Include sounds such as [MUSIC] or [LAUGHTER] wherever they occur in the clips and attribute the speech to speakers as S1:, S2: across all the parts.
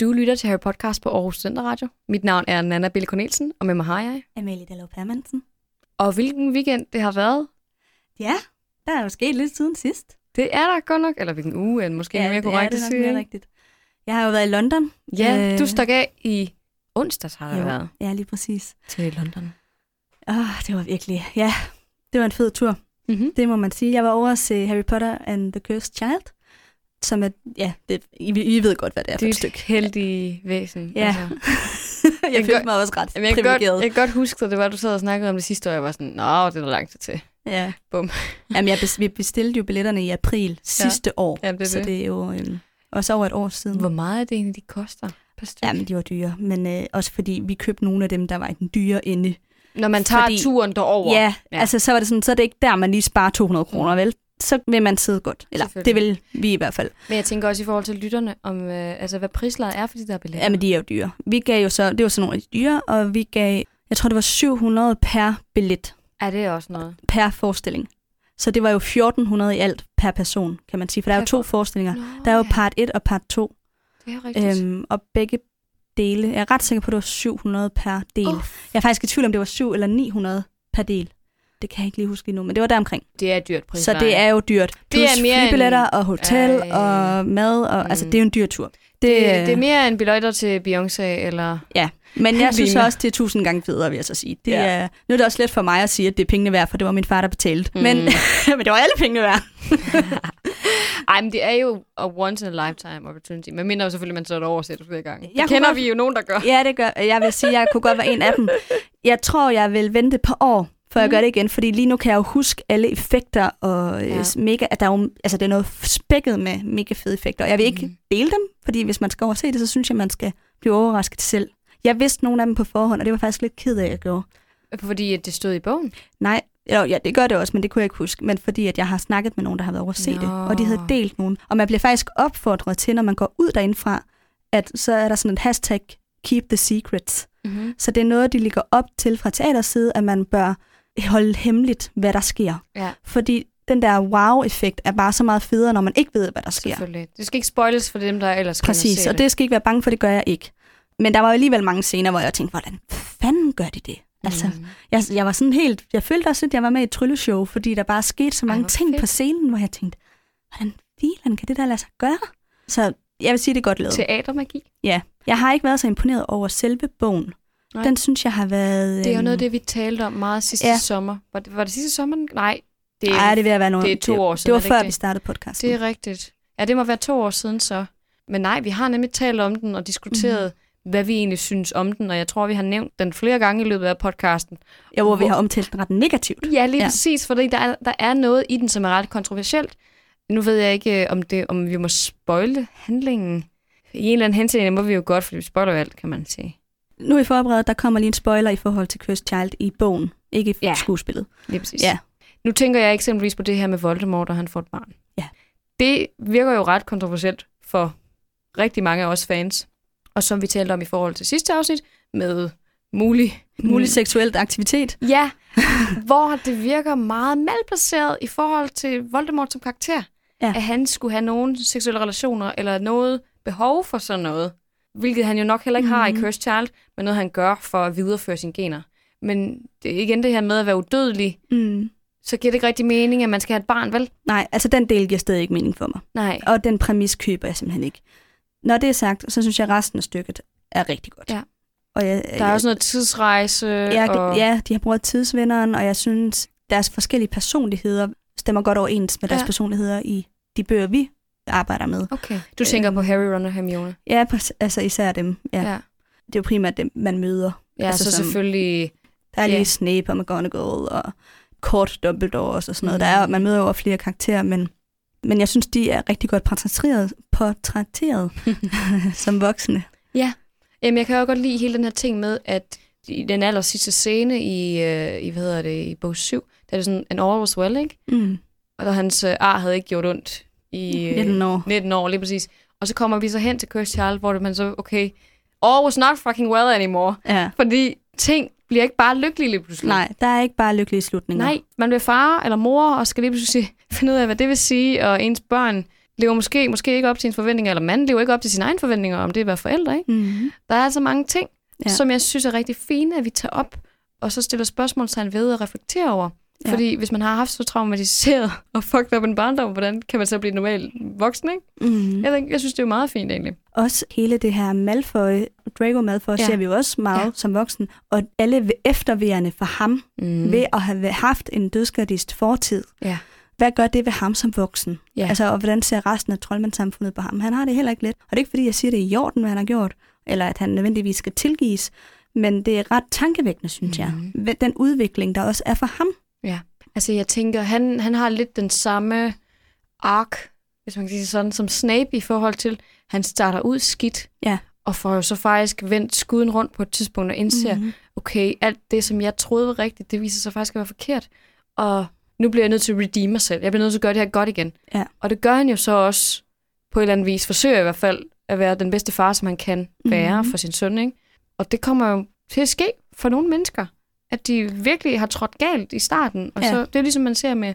S1: Du lytter til Harry Podcast på Aarhus Center Radio. Mit navn er Nana Bille Cornelsen, og med mig har jeg.
S2: Amalie Dallov Permansen.
S1: Og hvilken weekend det har været,
S2: Ja, der er jo sket lidt siden sidst.
S1: det er der godt nok. Eller hvilken uge, end måske ja, mere
S2: det er
S1: korrekt
S2: det
S1: at
S2: nok
S1: sige.
S2: mere
S1: ikke?
S2: rigtigt. Jeg har jo været i London.
S1: Ja,
S2: Øh,
S1: du stak af i onsdags har det
S2: jo,
S1: været
S2: Ja, lige præcis.
S1: til London.
S2: Åh, oh, det var virkelig, ja, det var en fed tur.
S1: Mm-hmm.
S2: Det må man sige. Jeg var over at se Harry Potter and the Cursed Child, som er, ja, det, I, I ved godt, hvad det er for et
S1: Det er
S2: stykke.
S1: et heldigt væsen.
S2: Ja.
S1: Altså.
S2: jeg
S1: kan
S2: følte
S1: godt-
S2: mig også ret
S1: Jamen, jeg, kan godt,
S2: privilegeret.
S1: jeg kan godt huske, da det var, du sad og snakkede om det sidste år, jeg var sådan, nå, det er der lang tid til.
S2: Ja.
S1: Bum.
S2: Jamen, jeg bes, vi bestilte jo billetterne i april sidste ja. år,
S1: Ja, det er
S2: så
S1: det.
S2: det er jo øhm, også over et år siden.
S1: Hvor meget er det egentlig, de koster? Per styk?
S2: Jamen, de var dyre, men øh, også fordi vi købte nogle af dem, der var i den dyre ende.
S1: Når man tager
S2: fordi-
S1: turen derover.
S2: Ja,
S1: Ja. Mm.
S2: ja, altså så var det sådan, så er det ikke der, man lige sparer 200 kroner, vel? Så vil man sidde godt. Eller det vil vi i hvert fald.
S1: Men jeg tænker også i forhold til lytterne, om øh, altså, hvad prislaget er for de der billetter.
S2: Jamen, de er jo dyre. Vi gav jo så, det var sådan nogle af de dyre, og vi gav, jeg tror, det var 700 per billet,
S1: er det også noget?
S2: per forestilling. Så det var jo 1400 i alt per person, kan man sige, for der er jo
S1: Per
S2: to
S1: for-
S2: forestillinger.
S1: Nå,
S2: Der er jo
S1: ja.
S2: part 1 og part 2.
S1: Det er rigtigt.
S2: Øhm, og begge dele. Jeg er ret sikker på, at det var 700 per del.
S1: Åh,
S2: Oh. Jeg er faktisk i tvivl om, det var 7 eller 900 per del. Det kan jeg ikke lige huske lige nu, men det var deromkring.
S1: det er et dyrt pris.
S2: Så det er jo dyrt. Plus det er mere flybilletter og hotel
S1: Ej.
S2: øh... og mad. Og, mm. Altså,
S1: Mm.
S2: det er jo en dyr tur. Det,
S1: det, det er mere end billetter til Beyoncé, eller...
S2: men jeg synes
S1: Lignende.
S2: også, det er tusind gange federe, vil jeg så sige. Det
S1: Ja.
S2: er, nu er det også let for mig at sige, at det er pengene værd, for det var min far, der betalte. Mm. Men, [LAUGHS] men det var alle pengene værd.
S1: Ej, men det er jo a once in a lifetime opportunity. Men mindre selvfølgelig, man så det oversætter flere gange.
S2: Jeg
S1: det
S2: kunne
S1: kender
S2: godt-
S1: vi jo nogen, der gør.
S2: Ja, det gør jeg. vil sige, jeg kunne godt være en af dem. Jeg tror, jeg vil vente et par år, før jeg
S1: Mm.
S2: gør det igen. Fordi lige nu kan jeg jo huske alle effekter, og
S1: Ja.
S2: ja. mega, at der er jo, altså, det er noget spækket med mega fede effekter. Og jeg vil ikke
S1: Mm.
S2: mm. dele dem, fordi hvis man skal overse det, så synes jeg, man skal blive overrasket selv. Jeg vidste nogle af dem på forhånd, og det var jeg faktisk lidt ked af, at jeg gjorde.
S1: [LAUGHS] Fordi at det stod i bogen.
S2: Nej, eller, ja, det gør det også, men det kunne jeg ikke huske. Men fordi, at jeg har snakket med nogen, der har været over at se det, og de havde
S1: Nå.
S2: delt nogen. Og man bliver faktisk opfordret til, når man går ud derindfra, at så er der sådan et hashtag, keep the secrets.
S1: Mm-hmm.
S2: Så det er noget, de ligger op til fra teaters side, at man bør holde hemmeligt, hvad der sker.
S1: Ja.
S2: Fordi den der wow-effekt er bare så meget federe, når man ikke ved, hvad der sker.
S1: Selvfølgelig. Det skal ikke spoiles for dem, der ellers kan
S2: Præcis,
S1: se
S2: og det skal I ikke være bange for, det gør jeg ikke. Men der var jo alligevel mange scener, hvor jeg tænkte, hvordan fanden gør de det? Altså,
S1: Mhm.
S2: jeg, jeg var sådan helt, jeg følte også lidt, at jeg var med i et trylleshow, fordi der bare skete så
S1: Ej,
S2: mange
S1: hvor
S2: ting på
S1: fedt.
S2: scenen, hvor jeg tænkte, hvordan filen kan det der lade sig gøre? Så jeg vil sige, det er godt lavet.
S1: Teatermagi.
S2: Jeg har ikke været så imponeret over selve bogen.
S1: Nej.
S2: Den synes jeg har været...
S1: Det er jo
S2: øhm,
S1: noget af det, vi talte om meget sidste ja.
S2: Ja.
S1: sommer. Var det, var det sidste sommer? den- Nej, det er,
S2: Ej, det vil jeg være noget.
S1: det er to år siden,
S2: Det
S1: er
S2: var
S1: det
S2: før
S1: ikke
S2: vi
S1: det?
S2: startede podcasten.
S1: Altså, det er rigtigt. Ja, det må være to år siden så. Men nej, vi har nemlig talt om den og diskuteret, mm. hvad vi egentlig synes om den, og jeg tror, vi har nævnt den flere gange i løbet af podcasten.
S2: ja, hvor vi har omtalt den ret negativt.
S1: Ja, lige ja.
S2: Ja.
S1: præcis, fordi der er, der er noget i den, som er ret kontroversielt. Nu ved jeg ikke, øh, om, det, om vi må spoile handlingen. I en eller anden henseende må vi jo godt, fordi vi spoiler jo alt, kan man sige.
S2: Nu i forberedet, der kommer lige en spoiler i forhold til Cursed Child i bogen, ikke i
S1: Ja.
S2: ja. skuespillet.
S1: Lige præcis.
S2: Ja.
S1: Nu tænker jeg eksempelvis på det her med Voldemort, og han får et barn.
S2: Ja.
S1: Det virker jo ret kontroversielt for rigtig mange af os fans. Og som vi talte om i forhold til sidste afsnit, med mulig...
S2: Mulig seksuelt aktivitet.
S1: Ja, [LAUGHS] hvor det virker meget malplaceret i forhold til Voldemort som karakter.
S2: Ja.
S1: At han skulle have nogen seksuelle relationer, eller noget behov for sådan noget. Hvilket han jo nok heller ikke mm. har i
S2: Mhm.
S1: Cursed Child, men noget han gør for at videreføre sine gener. Men det er igen det her med at være udødelig,
S2: Mm.
S1: så giver det ikke rigtig mening, at man skal have et barn, vel?
S2: Nej, altså den del giver stadig ikke mening for mig.
S1: Nej.
S2: Og den præmis køber jeg simpelthen ikke. Når det er sagt, så synes jeg, at resten af stykket er rigtig godt.
S1: Ja.
S2: Og jeg,
S1: Der er også noget tidsrejse.
S2: jeg, jeg,
S1: og...
S2: Øh, Ja, de har brugt tidsvenderen, og jeg synes, deres forskellige personligheder stemmer godt overens med deres
S1: Ja.
S2: personligheder i de bøger, vi arbejder med.
S1: Okay. Du tænker på Harry, Ron og Hermione.
S2: Ja, præ- altså især dem. Ja.
S1: Ja.
S2: Det er jo primært dem, man møder.
S1: Ja, altså,
S2: Altså,
S1: så
S2: som-
S1: selvfølgelig...
S2: Der er lige
S1: Ja.
S2: yeah. Snape og McGonagall og Kort Dumbledore og sådan noget.
S1: Mm.
S2: Mm. Der er, man møder jo over flere karakterer, men, men jeg synes, de er rigtig godt portrætteret, portrætteret [LAUGHS] som voksne.
S1: Jamen, jeg kan jo godt lide hele den her ting med, at i den aller sidste scene i, øh, i hvad hedder det, i bog 7, der er det sådan, an all was well, ikke?
S2: Mm.
S1: Og der hans øh, ar havde ikke gjort ondt i øh,
S2: 19 år.
S1: 19 år, lige præcis. Og så kommer vi så hen til Cursed Child, hvor det- man så, okay, all was not fucking well anymore.
S2: Ja.
S1: Fordi ting bliver ikke bare lykkelige lige pludselig.
S2: Nej, der er ikke bare lykkelige slutninger.
S1: [LAUGHS] Nej, man bliver far eller mor, og skal lige pludselig finde ud af, hvad det vil sige, og ens børn lever måske, måske ikke op til ens forventninger, eller manden lever ikke op til sine egne forventninger om det at være forældre. Ikke?
S2: Mm-hmm.
S1: Der er altså mange ting,
S2: Ja.
S1: ja. som jeg synes er rigtig fine, at vi tager op, og så stiller spørgsmålstegn ved og reflekterer over.
S2: Ja.
S1: Fordi hvis man har haft så traumatiseret og fucked op en barndom, hvordan kan man så blive normal voksen, ikke?
S2: Mm-hmm.
S1: Jeg, ved ikke, jeg synes, det er jo meget fint egentlig.
S2: Også hele det her Malfoy, Draco Malfoy, ja.
S1: Ja.
S2: ser vi jo også meget ja.
S1: Ja.
S2: som voksen. Og alle efterværende for ham mm.
S1: Mm.
S2: ved at have haft en dødsgardist fortid.
S1: Ja.
S2: Hvad gør det ved ham som voksen?
S1: Ja.
S2: Altså, og hvordan ser resten af troldmandssamfundet på ham? Han har det heller ikke let. Og det er ikke, fordi jeg siger, det er i orden, hvad han har gjort, eller at han nødvendigvis skal tilgives, men det er ret tankevækkende, synes mm. jeg.
S1: Mhm.
S2: Hvad- Den udvikling, der også er for ham.
S1: Altså, jeg tænker, han, han har lidt den samme ark, hvis man kan sige det sådan, som Snape i forhold til, han starter ud skidt,
S2: Ja.
S1: og får jo så faktisk vendt skuden rundt på et tidspunkt og
S2: Mhm.
S1: indser, mm.
S2: Mm-hmm.
S1: okay, alt det, som jeg troede var rigtigt, det viser sig faktisk at være forkert, og nu bliver jeg nødt til at redeem mig selv. Jeg bliver nødt til at gøre det her godt igen.
S2: Ja.
S1: Og det gør han jo så også på en eller anden vis, forsøger i hvert fald at være den bedste far, som han kan være
S2: Mhm.
S1: for sin søn, ikke? Og det kommer jo til at ske for nogle mennesker, at de virkelig har trådt galt i starten. Og
S2: Ja.
S1: ja. så, det er ligesom man ser med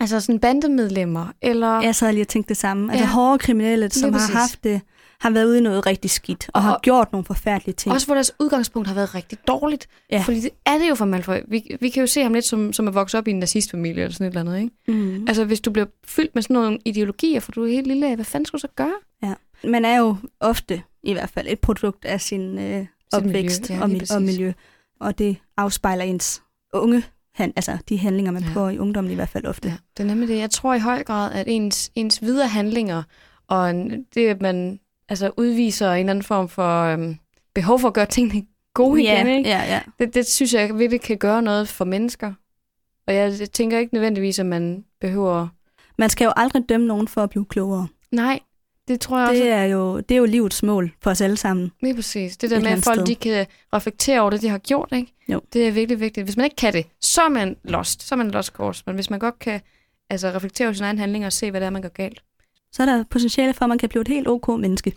S1: altså sådan bandemedlemmer, eller
S2: Jeg sad lige og tænkte det samme. Altså
S1: Ja.
S2: hårde kriminelle, som har
S1: præcis.
S2: haft det, har været ude i noget rigtig skidt, og, og har
S1: Og-
S2: gjort nogle forfærdelige ting.
S1: også hvor deres udgangspunkt har været rigtig dårligt.
S2: Ja.
S1: Fordi det er det jo for Malfoy. Vi, vi kan jo se ham lidt som, som at vokse op i en nazistfamilie eller sådan et eller andet, ikke?
S2: mm.
S1: Altså, hvis du bliver fyldt med sådan nogle ideologier, for du er helt lille, hvad fanden skulle du så gøre?
S2: Man er jo ofte, i hvert fald, et produkt af sin øh, opvækst
S1: miljø, ja,
S2: og,
S1: lige
S2: mi- og
S1: præcis.
S2: miljø, og det afspejler ens unge, han, altså de handlinger, man
S1: Ja.
S2: begår i ungdommen i hvert fald ofte.
S1: Ja, det er nemlig det. Jeg tror i høj grad, at ens, ens videre handlinger, og en- det, at man altså, udviser en eller anden form for øhm, behov for at gøre tingene gode
S2: ja,
S1: igen, ikke?
S2: ja, ja.
S1: Det, det synes jeg virkelig kan gøre noget for mennesker. Og jeg, jeg tænker ikke nødvendigvis, at man behøver...
S2: Man skal jo aldrig dømme nogen for at blive klogere.
S1: Nej, det tror jeg også
S2: Det er, jo, det er jo livets mål for os alle sammen.
S1: Lige præcis. Det
S2: Et
S1: der med,
S2: eller andet
S1: at folk
S2: sted.
S1: de kan reflektere over det, de har gjort, ikke?
S2: Jo.
S1: det er virkelig vigtigt. Hvis man ikke kan det, så er man lost. Så er man lost course. Men hvis man godt kan altså, reflektere over sine egne handlinger og se, hvad det er, man gør galt.
S2: Så er der potentiale for, at man kan blive et helt ok menneske.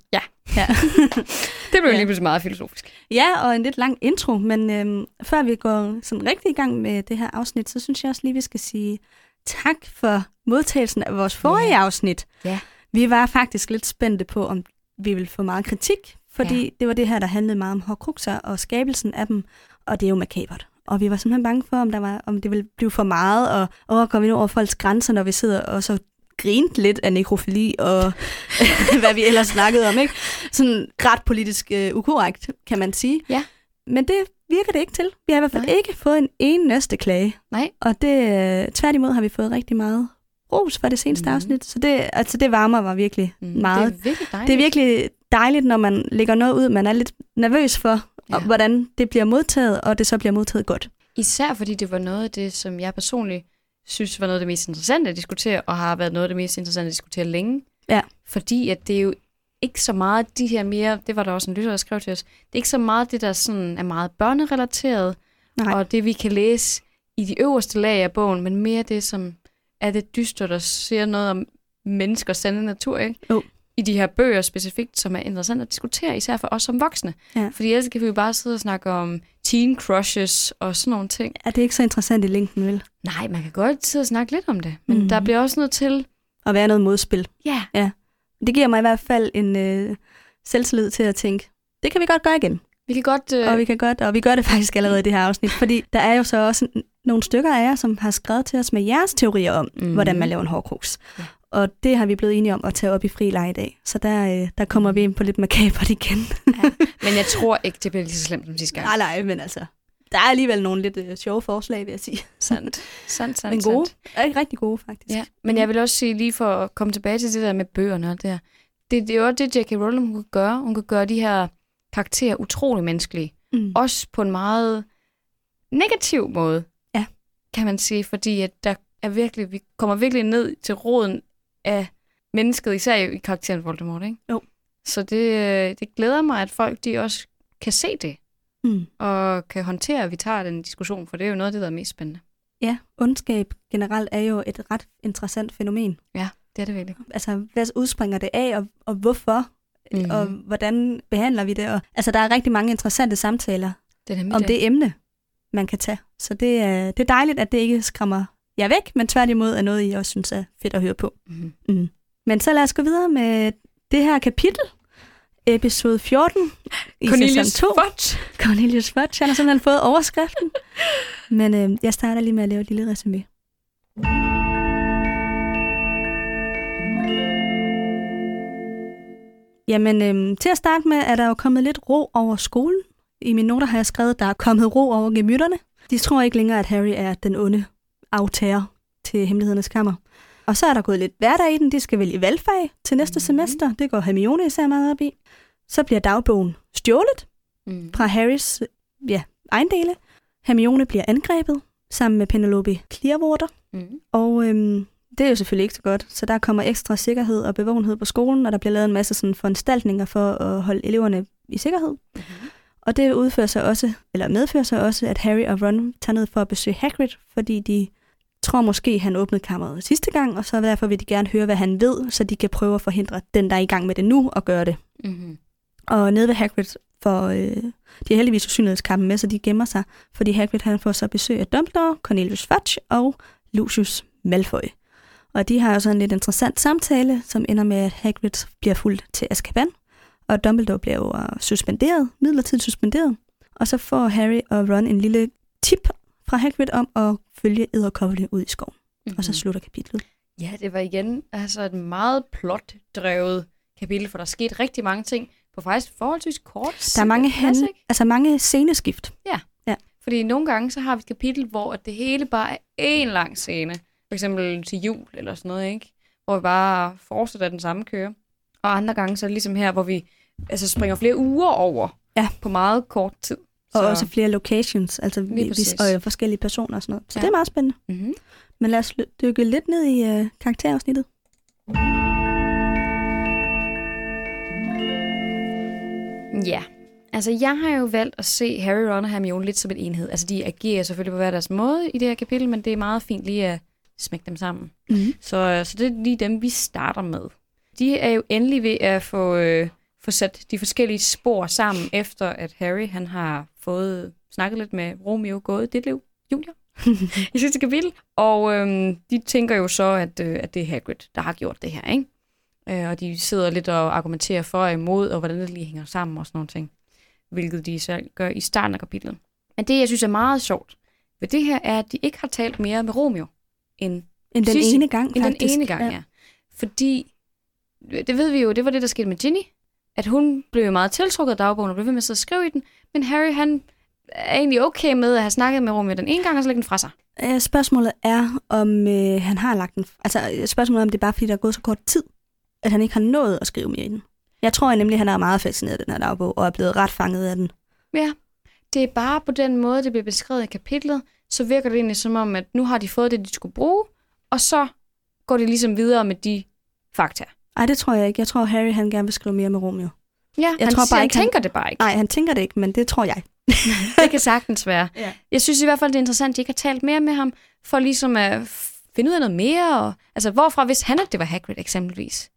S1: Det blev
S2: Ja.
S1: ja. lige pludselig meget filosofisk.
S2: Ja, og en lidt lang intro, men øhm, før vi går sådan rigtig i gang med det her afsnit, så synes jeg også lige, vi skal sige tak for modtagelsen af vores forrige ja. afsnit.
S1: Ja.
S2: Vi var faktisk lidt spændte på, om vi ville få meget kritik, fordi ja. det var det her, der handlede meget om hårdkrukser og skabelsen af dem, og det er jo makabert. Og vi var simpelthen bange for, om, der var, om det ville blive for meget, og åh, går vi nu over folks grænser, når vi sidder og så grint lidt af nekrofili og [LAUGHS] hvad vi ellers snakkede om, ikke? Sådan ret politisk øh, ukorrekt, kan man sige.
S1: Ja.
S2: Men det virker det ikke til. Vi har i hvert fald
S1: Nej.
S2: ikke fået en eneste klage.
S1: Nej.
S2: Og det, øh, tværtimod har vi fået rigtig meget ros for det seneste mm.
S1: Mhm.
S2: afsnit, så det, altså det varmer mig virkelig mm. meget.
S1: Det er virkelig dejligt.
S2: Det er virkelig dejligt, når man lægger noget ud, man er lidt nervøs for, ja. og
S1: Ja.
S2: hvordan det bliver modtaget, og det så bliver modtaget godt.
S1: Især fordi det var noget af det, som jeg personligt synes var noget af det mest interessante at diskutere, og har været noget af det mest interessante at diskutere længe.
S2: Ja.
S1: Fordi at det er jo ikke så meget de her mere, det var der også en lytter, der skrev til os, det er ikke så meget det, der sådan er meget børnerelateret,
S2: Nej.
S1: og det vi kan læse i de øverste lag af bogen, men mere det, som er det dyster, der siger noget om menneskers sande natur, ikke?
S2: Jo.
S1: I de her bøger specifikt, som er interessant at diskutere, især for os som voksne.
S2: Ja.
S1: Fordi ellers kan vi jo bare sidde og snakke om teen crushes og sådan nogle ting.
S2: Er det ikke så interessant i længden, vel?
S1: Nej, man kan godt sidde og snakke lidt om det, men mm. der
S2: Mhm.
S1: bliver også noget til,
S2: At være noget modspil.
S1: ja,
S2: Det giver mig i hvert fald en øh, selvtillid til at tænke, det kan vi godt gøre igen.
S1: vi kan godt... Øh,
S2: Og vi kan godt, og vi gør det [LAUGHS] faktisk allerede i det her afsnit, fordi der er jo så også n- nogle stykker af jer, som har skrevet til os med jeres teorier om, mm.
S1: Mhm.
S2: hvordan man laver en hårdkrus. Ja.
S1: Ja.
S2: Og det har vi blevet enige om at tage op i fri leg i dag. Så der, øh, der kommer vi ind på lidt makabert igen.
S1: Men jeg tror ikke, det bliver lige så slemt som sidste gang.
S2: Nej, nej, men altså, der er alligevel nogle lidt øh, sjove forslag, vil jeg sige. [LAUGHS]
S1: sandt. [LAUGHS] Sandt, sandt,
S2: Men gode.
S1: sandt.
S2: Er ikke rigtig gode, faktisk.
S1: Ja. Men jeg vil også sige, lige for at komme tilbage til det der med bøgerne og det her. Det, det er jo også det, J.K. Rowling hun kan gøre. Hun kan gøre de her karakterer utrolig menneskelige.
S2: Mm.
S1: Også på en meget negativ måde,
S2: Ja.
S1: kan man sige. Fordi at der er virkelig, vi kommer virkelig ned til roden af mennesket, især i karakteren Voldemort, ikke?
S2: Jo.
S1: Så det, øh, det glæder mig, at folk de også kan se det,
S2: Mm.
S1: og kan håndtere, at vi tager den diskussion, for det er jo noget af det, der er mest spændende.
S2: ja, ondskab generelt er jo et ret interessant fænomen.
S1: Det er det virkelig.
S2: Altså, hvad udspringer det af, og, og hvorfor? Mm.
S1: Mhm.
S2: Og hvordan behandler vi det? Og, altså, der er rigtig mange interessante samtaler
S1: Det er nemlig
S2: om det emne, man kan tage. Så det er, det er dejligt, at det ikke skræmmer jer væk, men tværtimod er noget, I også synes er fedt at høre på.
S1: Mhm.
S2: Mm. Men så lad os gå videre med det her kapitel, episode 14 i
S1: Cornelius
S2: sæson 2.
S1: Fudge.
S2: Cornelius Fudge. Han har simpelthen fået overskriften. Men øh, jeg starter lige med at lave et lille resume. Jamen, øhm, til at starte med er der jo kommet lidt ro over skolen. I mine noter har jeg skrevet, at der er kommet ro over gemytterne. De tror ikke længere, at Harry er den onde aftager til hemmelighedernes kammer. Og så er der gået lidt hverdag i den. De skal vælge valgfag til næste semester. Det går Hermione især meget op i. Så bliver dagbogen stjålet
S1: Mm.
S2: fra Harrys ja, ejendele. Hermione bliver angrebet sammen med Penelope Clearwater.
S1: Mm.
S2: Og øhm, det er jo selvfølgelig ikke så godt, så der kommer ekstra sikkerhed og bevågenhed på skolen, og der bliver lavet en masse sådan foranstaltninger for at holde eleverne i sikkerhed.
S1: Mhm.
S2: Og det udfører sig også, eller medfører sig også, at Harry og Ron tager ned for at besøge Hagrid, fordi de tror måske, han åbnede kammeret sidste gang, og så derfor vil de gerne høre, hvad han ved, så de kan prøve at forhindre den, der er i gang med det nu, at gøre det.
S1: Mm.
S2: Og nede ved Hagrid får... Øh, de har heldigvis usynlighedskampen med, så de gemmer sig, fordi Hagrid han får så besøg af Dumbledore, Cornelius Fudge og Lucius Malfoy. Og de har jo sådan en lidt interessant samtale, som ender med, at Hagrid bliver fuldt til Azkaban, og Dumbledore bliver jo øh, suspenderet, midlertidigt suspenderet. Og så får Harry og Ron en lille tip fra Hagrid om at følge æderkopperne ud i skoven. Og
S1: Mm-hmm.
S2: så slutter kapitlet.
S1: Ja, det var igen altså et meget plotdrevet kapitel, for der er sket rigtig mange ting på faktisk forholdsvis kort
S2: Der er mange, han,
S1: plads, ikke?
S2: altså mange sceneskift.
S1: Fordi nogle gange så har vi et kapitel, hvor at det hele bare er én lang scene. For eksempel til jul eller sådan noget, ikke? Hvor vi bare fortsætter den samme køre. Og andre gange så er det ligesom her, hvor vi altså, springer flere uger over
S2: Ja.
S1: på meget kort tid.
S2: Og også flere locations, altså vi, vi,
S1: præcis.
S2: og øh, forskellige personer og sådan noget. Så
S1: Ja.
S2: ja. det er meget spændende.
S1: Mm-hmm.
S2: Men lad os ly- dykke lidt ned i øh, karakterafsnittet.
S1: Ja. Altså, jeg har jo valgt at se Harry, Ron og Hermione lidt som en enhed. Altså, de agerer selvfølgelig på hver deres måde i det her kapitel, men det er meget fint lige at smække dem sammen.
S2: Mm.
S1: Så, øh, så det er lige dem, vi starter med. De er jo endelig ved at få, øh, få sat de forskellige spor sammen, efter at Harry han har fået snakket lidt med Romeo Gåde Ditlev Junior i sidste kapitel. Og øhm, de tænker jo så, at, øh, at det er Hagrid, der har gjort det her, ikke? Øh, og de sidder lidt og argumenterer for og imod, og hvordan det lige hænger sammen og sådan nogle ting. Hvilket de selv gør i starten af kapitlet. Men det, jeg synes er meget sjovt ved det her, er, at de ikke har talt mere med Romeo end
S2: End den
S1: Sidste-
S2: ene gang,
S1: end
S2: faktisk.
S1: den ene gang, ja. ja. Fordi, det ved vi jo, det var det, der skete med Ginny, at hun blev jo meget tiltrukket af dagbogen og blev ved med at sidde og skrive i den, men Harry, han er egentlig okay med at have snakket med Romeo den ene gang, og så lægge den fra sig.
S2: Ja. Øh, Spørgsmålet er, om øh, han har lagt den... Altså, øh, spørgsmålet er, om det er bare, fordi der er gået så kort tid, at han ikke har nået at skrive mere i den. Jeg tror nemlig, han er meget fascineret af den her dagbog, og er blevet ret fanget af den.
S1: Ja, det er bare på den måde, det bliver beskrevet i kapitlet, så virker det egentlig som om, at nu har de fået det, de skulle bruge, og så går det ligesom videre med de fakta.
S2: Ej, det tror jeg ikke. Jeg tror, Harry han gerne vil skrive mere med Romeo.
S1: Ja, jeg han,
S2: tror bare
S1: siger,
S2: ikke,
S1: han
S2: han-
S1: tænker det bare ikke.
S2: Nej, han tænker det ikke, men det tror jeg.
S1: Det kan sagtens være.
S2: Ja.
S1: Jeg synes i hvert fald, det er interessant, at de ikke har talt mere med ham, for ligesom at finde ud af noget mere. Og, altså, hvorfra hvis han, at det var Hagrid eksempelvis?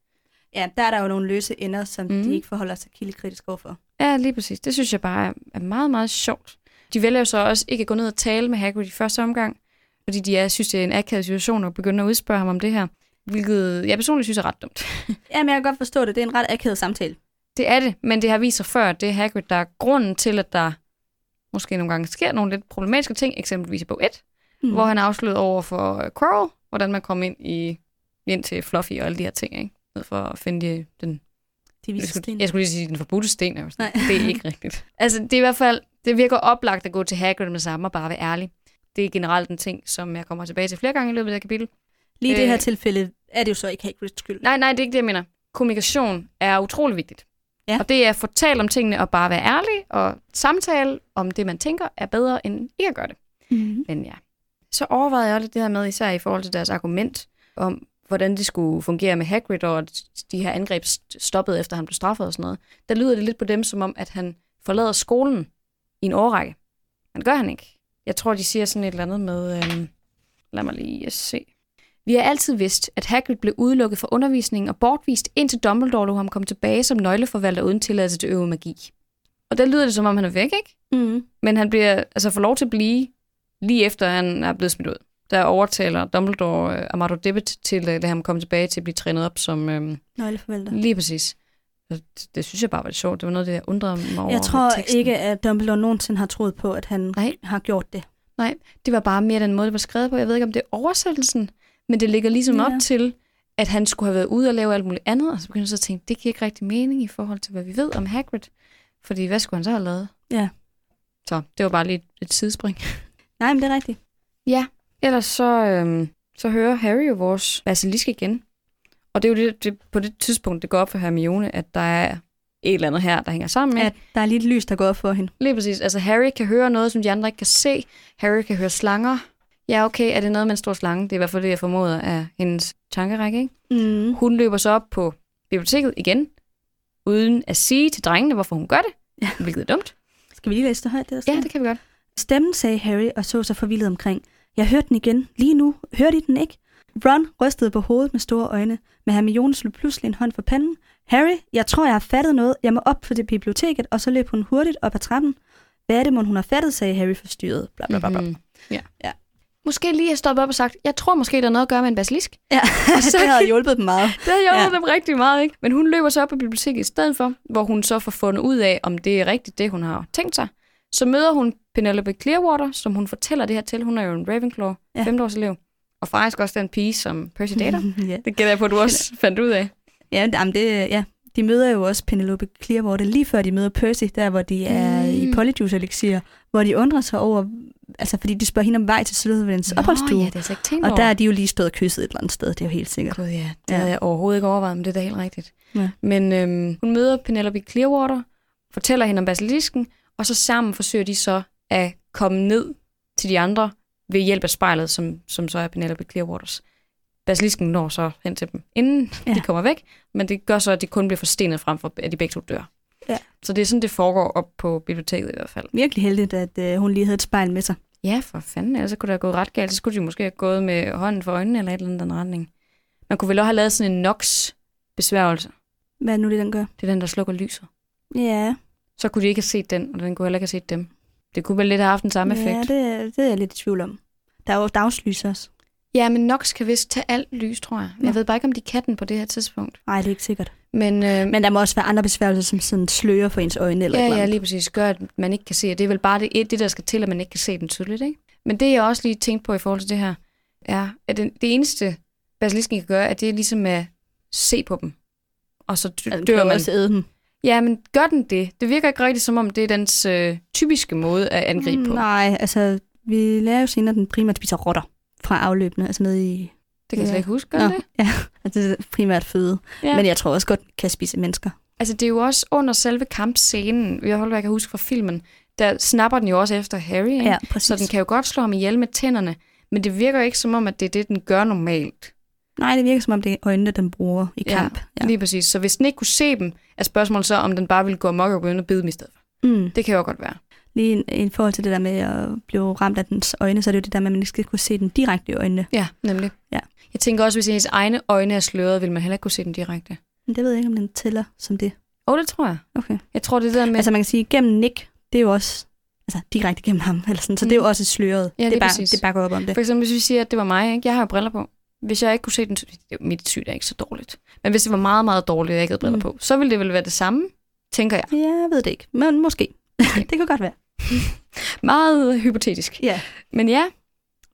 S2: Ja, der er der jo nogle løse ender, som
S1: Mm.
S2: de ikke forholder sig kildekritisk overfor.
S1: Ja, lige præcis. Det synes jeg bare er- er meget, meget sjovt. De vælger jo så også ikke at gå ned og tale med Hagrid i første omgang, fordi de er, synes, det er en akavet situation at begynde at udspørge ham om det her, hvilket jeg personligt synes er ret dumt.
S2: Jamen, jeg kan godt forstå det. Det er en ret akavet samtale.
S1: Det er det, men det har vist sig før, at det er Hagrid, der er grunden til, at der måske nogle gange sker nogle lidt problematiske ting, eksempelvis i bog 1, mm. hvor han afslørede over for øh, Quirrell, hvordan man kom ind i ind til Fluffy og alle de her ting, ikke? Ned for at finde de, den...
S2: de
S1: Jeg
S2: viser
S1: skulle,
S2: sten.
S1: jeg skulle lige sige, den forbudte sten. Jeg var sådan,
S2: Nej.
S1: det er ikke rigtigt. [LAUGHS] Altså, det er i hvert fald... Det virker oplagt at gå til Hagrid med samme og bare være ærlig. Det er generelt en ting, som jeg kommer tilbage til flere gange i løbet af kapitel.
S2: Lige i det her
S1: Øh,
S2: tilfælde er det jo så ikke Hagrids skyld.
S1: Nej, nej, det er ikke det, jeg mener. Kommunikation er utrolig vigtigt.
S2: Ja.
S1: Og det er at få talt om tingene og bare være ærlig, og samtale om det, man tænker, er bedre end ikke at gøre det.
S2: Mm-hmm.
S1: Men ja. Så overvejede jeg også lidt det her med, især i forhold til deres argument om, hvordan det skulle fungere med Hagrid, og at de her angreb st- stoppede efter han blev straffet og sådan noget. Der lyder det lidt på dem, som om, at han forlader skolen i en årrække. Men det gør han ikke. Jeg tror, de siger sådan et eller andet med, øhm, lad mig lige se. Vi har altid vidst, at Hagrid blev udelukket fra undervisningen og bortvist, indtil Dumbledore lå ham komme tilbage som nøgleforvalter uden tilladelse til at øve magi. Og der lyder det, som om han er væk, ikke?
S2: Mm-hmm.
S1: Men han bliver altså får lov til at blive, lige efter han er blevet smidt ud. der overtaler Dumbledore uh, Amado Dibbet til at lade ham komme tilbage til at blive trænet op som... Uh,
S2: Nøgleforvælter.
S1: lige præcis. Og Det, det synes jeg bare var lidt sjovt. Det var noget, det jeg undrede mig over
S2: Jeg
S1: med
S2: tror
S1: teksten.
S2: ikke, at Dumbledore nogensinde har troet på, at han
S1: Nej.
S2: har gjort det.
S1: Nej, det var bare mere den måde, det var skrevet på. Jeg ved ikke, om det er oversættelsen, men det ligger ligesom ja.
S2: Ja.
S1: op til, at han skulle have været ude og lave alt muligt andet, og så begyndte jeg så at tænke, det giver ikke rigtig mening i forhold til, hvad vi ved om Hagrid. Fordi hvad skulle han så have lavet?
S2: Ja.
S1: Så det var bare lige et- et sidespring.
S2: Nej, men det er rigtigt.
S1: Ja, ellers så, øhm, så hører Harry jo vores basilisk igen. Og det er jo det, det, på det tidspunkt, det går op for Hermione, at der er et eller andet her, der hænger sammen med.
S2: At der er lige et lys, der går op for hende.
S1: Lige præcis. Altså, Harry kan høre noget, som de andre ikke kan se. Harry kan høre slanger. Ja, okay, er det noget med en stor slange? Det er i hvert fald det, jeg formoder er hendes tankerække, ikke?
S2: Mm.
S1: Hun løber så op på biblioteket igen, uden at sige til drengene, hvorfor hun gør det.
S2: Ja.
S1: Hvilket er dumt.
S2: Skal vi lige læse det højt? Det, der
S1: Ja,
S2: står?
S1: det kan vi godt.
S2: Stemmen, sagde Harry og så sig forvildet omkring. Jeg hørte den igen. Lige nu. Hørte I den ikke? Ron rystede på hovedet med store øjne, men Hermione slog pludselig en hånd for panden. Harry, jeg tror, jeg har fattet noget. Jeg må op på det biblioteket, og så løb hun hurtigt op ad trappen. Hvad er det, mon hun har fattet, sagde Harry forstyrret. Bla, bla, bla, bla.
S1: Mm-hmm. Ja.
S2: Ja.
S1: Måske lige at stoppe op og sagt, jeg tror måske, der er noget at gøre med en basilisk.
S2: Ja, [LAUGHS]
S1: Og [LAUGHS] så-
S2: det havde hjulpet dem meget.
S1: Det har hjulpet ja.
S2: Ja.
S1: dem rigtig meget, ikke? Men hun løber så op på biblioteket i stedet for, hvor hun så får fundet ud af, om det er rigtigt det, hun har tænkt sig. Så møder hun Penelope Clearwater, som hun fortæller det her til. Hun er jo en Ravenclaw, ja.
S2: Ja.
S1: femteårselev. Og faktisk også den pige, som Percy dater.
S2: [LAUGHS] ja.
S1: [LAUGHS] Det gætter jeg på, at du også fandt ud af.
S2: Ja, jamen det, ja, de møder jo også Penelope Clearwater lige før de møder Percy, der hvor de er
S1: Mm.
S2: mm. i polyjuice elixir, hvor de undrer sig over, altså fordi de spørger hende om vej til Slytherins opholdsstue.
S1: ja, det er så ikke tænkt
S2: Og
S1: over.
S2: der er de jo lige stået og kysset et eller andet sted, det er jo helt sikkert.
S1: Gud, ja. Det
S2: Ja.
S1: havde jeg overhovedet ikke overvejet, men det er da helt rigtigt.
S2: Ja.
S1: Men øhm, hun møder Penelope Clearwater, fortæller hende om basilisken, og så sammen forsøger de så at komme ned til de andre ved hjælp af spejlet, som, som så er Penelope Clearwaters. Basilisken når så hen til dem, inden ja.
S2: Ja.
S1: de kommer væk, men det gør så, at de kun bliver forstenet frem for, at de begge to dør.
S2: Ja.
S1: Så det er sådan, det foregår op på biblioteket i hvert fald.
S2: Virkelig heldigt, at øh, hun lige havde et spejl med sig.
S1: Ja, for fanden, ellers så kunne det have gået ret galt. Så skulle de måske have gået med hånden for øjnene eller et eller andet i den retning. Man kunne vel også have lavet sådan en NOx-besværgelse.
S2: Hvad er det nu, det den gør?
S1: Det er den, der slukker lyset.
S2: Ja,
S1: Så kunne de ikke have set den, og den kunne heller ikke have set dem. Det kunne vel lidt have haft den samme
S2: ja
S1: effekt.
S2: det, er- det er jeg lidt i tvivl om. Der er jo dagslys også.
S1: Ja, men NOx kan vist tage alt lys, tror jeg. Jeg
S2: Nå.
S1: ved bare ikke, om de kan den på det her tidspunkt.
S2: Nej, det er ikke sikkert.
S1: Men, øh,
S2: Men der må også være andre besværgelser, som sådan slører for ens øjne eller et
S1: ja,
S2: eller
S1: ja,
S2: andet.
S1: lige præcis. Gør, at man ikke kan se. Og det er vel bare det, det, der skal til, at man ikke kan se den tydeligt. Ikke? Men det, jeg også lige tænkte på i forhold til det her, er, at den, det eneste, basilisken kan gøre, at det er ligesom at se på dem. Og så dø-
S2: Altså,
S1: dør
S2: kan jo
S1: man.
S2: også æde dem.
S1: Ja, men gør den det? Det virker ikke rigtigt, som om det er dens øh, typiske måde at angribe på.
S2: Nej, altså vi lærer jo senere, at den primært spiser rotter fra afløbene, altså nede i
S1: Det kan jeg slet
S2: Ja.
S1: ikke huske, gør den
S2: Nå,
S1: det?
S2: Ja, og det er primært føde.
S1: Ja.
S2: Ja. Men jeg tror også godt, den kan spise mennesker.
S1: Altså, det er jo også under selve kampscenen, vi har holdt, hvad jeg kan huske fra filmen, der snapper den jo også efter Harry, ikke?
S2: Ja, præcis.
S1: så den kan jo godt slå ham ihjel med tænderne, men det virker ikke som om, at det er det, den gør normalt.
S2: Nej, det virker som om, det er øjnene, den bruger i
S1: Ja,
S2: kamp.
S1: Ja. Lige præcis. Så hvis den ikke kunne se dem, er spørgsmålet så, om den bare ville gå amok og begynde at bide dem i stedet. for.
S2: Mm.
S1: Det kan jo godt være.
S2: Lige i- i forhold til det der med at blive ramt af dens øjne, så er det jo det der med, at man ikke skal kunne se den direkte i øjnene.
S1: Ja, nemlig.
S2: Ja.
S1: Jeg tænker også, hvis ens egne øjne er sløret, vil man heller ikke kunne se dem direkte.
S2: Men det ved jeg ikke, om den tæller som det.
S1: Åh, oh, det tror jeg.
S2: Okay.
S1: Jeg tror, det der med...
S2: Men... Altså man kan sige, gennem Nick, det er jo også altså, direkte gennem ham, eller sådan, så det er jo også sløret.
S1: Mm. Ja,
S2: det,
S1: lige
S2: er bare,
S1: præcis.
S2: det bakker op om det.
S1: For eksempel, hvis vi siger, at det var mig, ikke? jeg har jo briller på. Hvis jeg ikke kunne se den, det er jo- mit syn er ikke så dårligt. Men hvis det var meget, meget dårligt, og jeg ikke havde briller
S2: Mm.
S1: på, så ville det vel være det samme, tænker jeg.
S2: Jeg ved det ikke, men måske. [LAUGHS] det kan godt være.
S1: Meget hypotetisk.
S2: Ja.
S1: Men ja,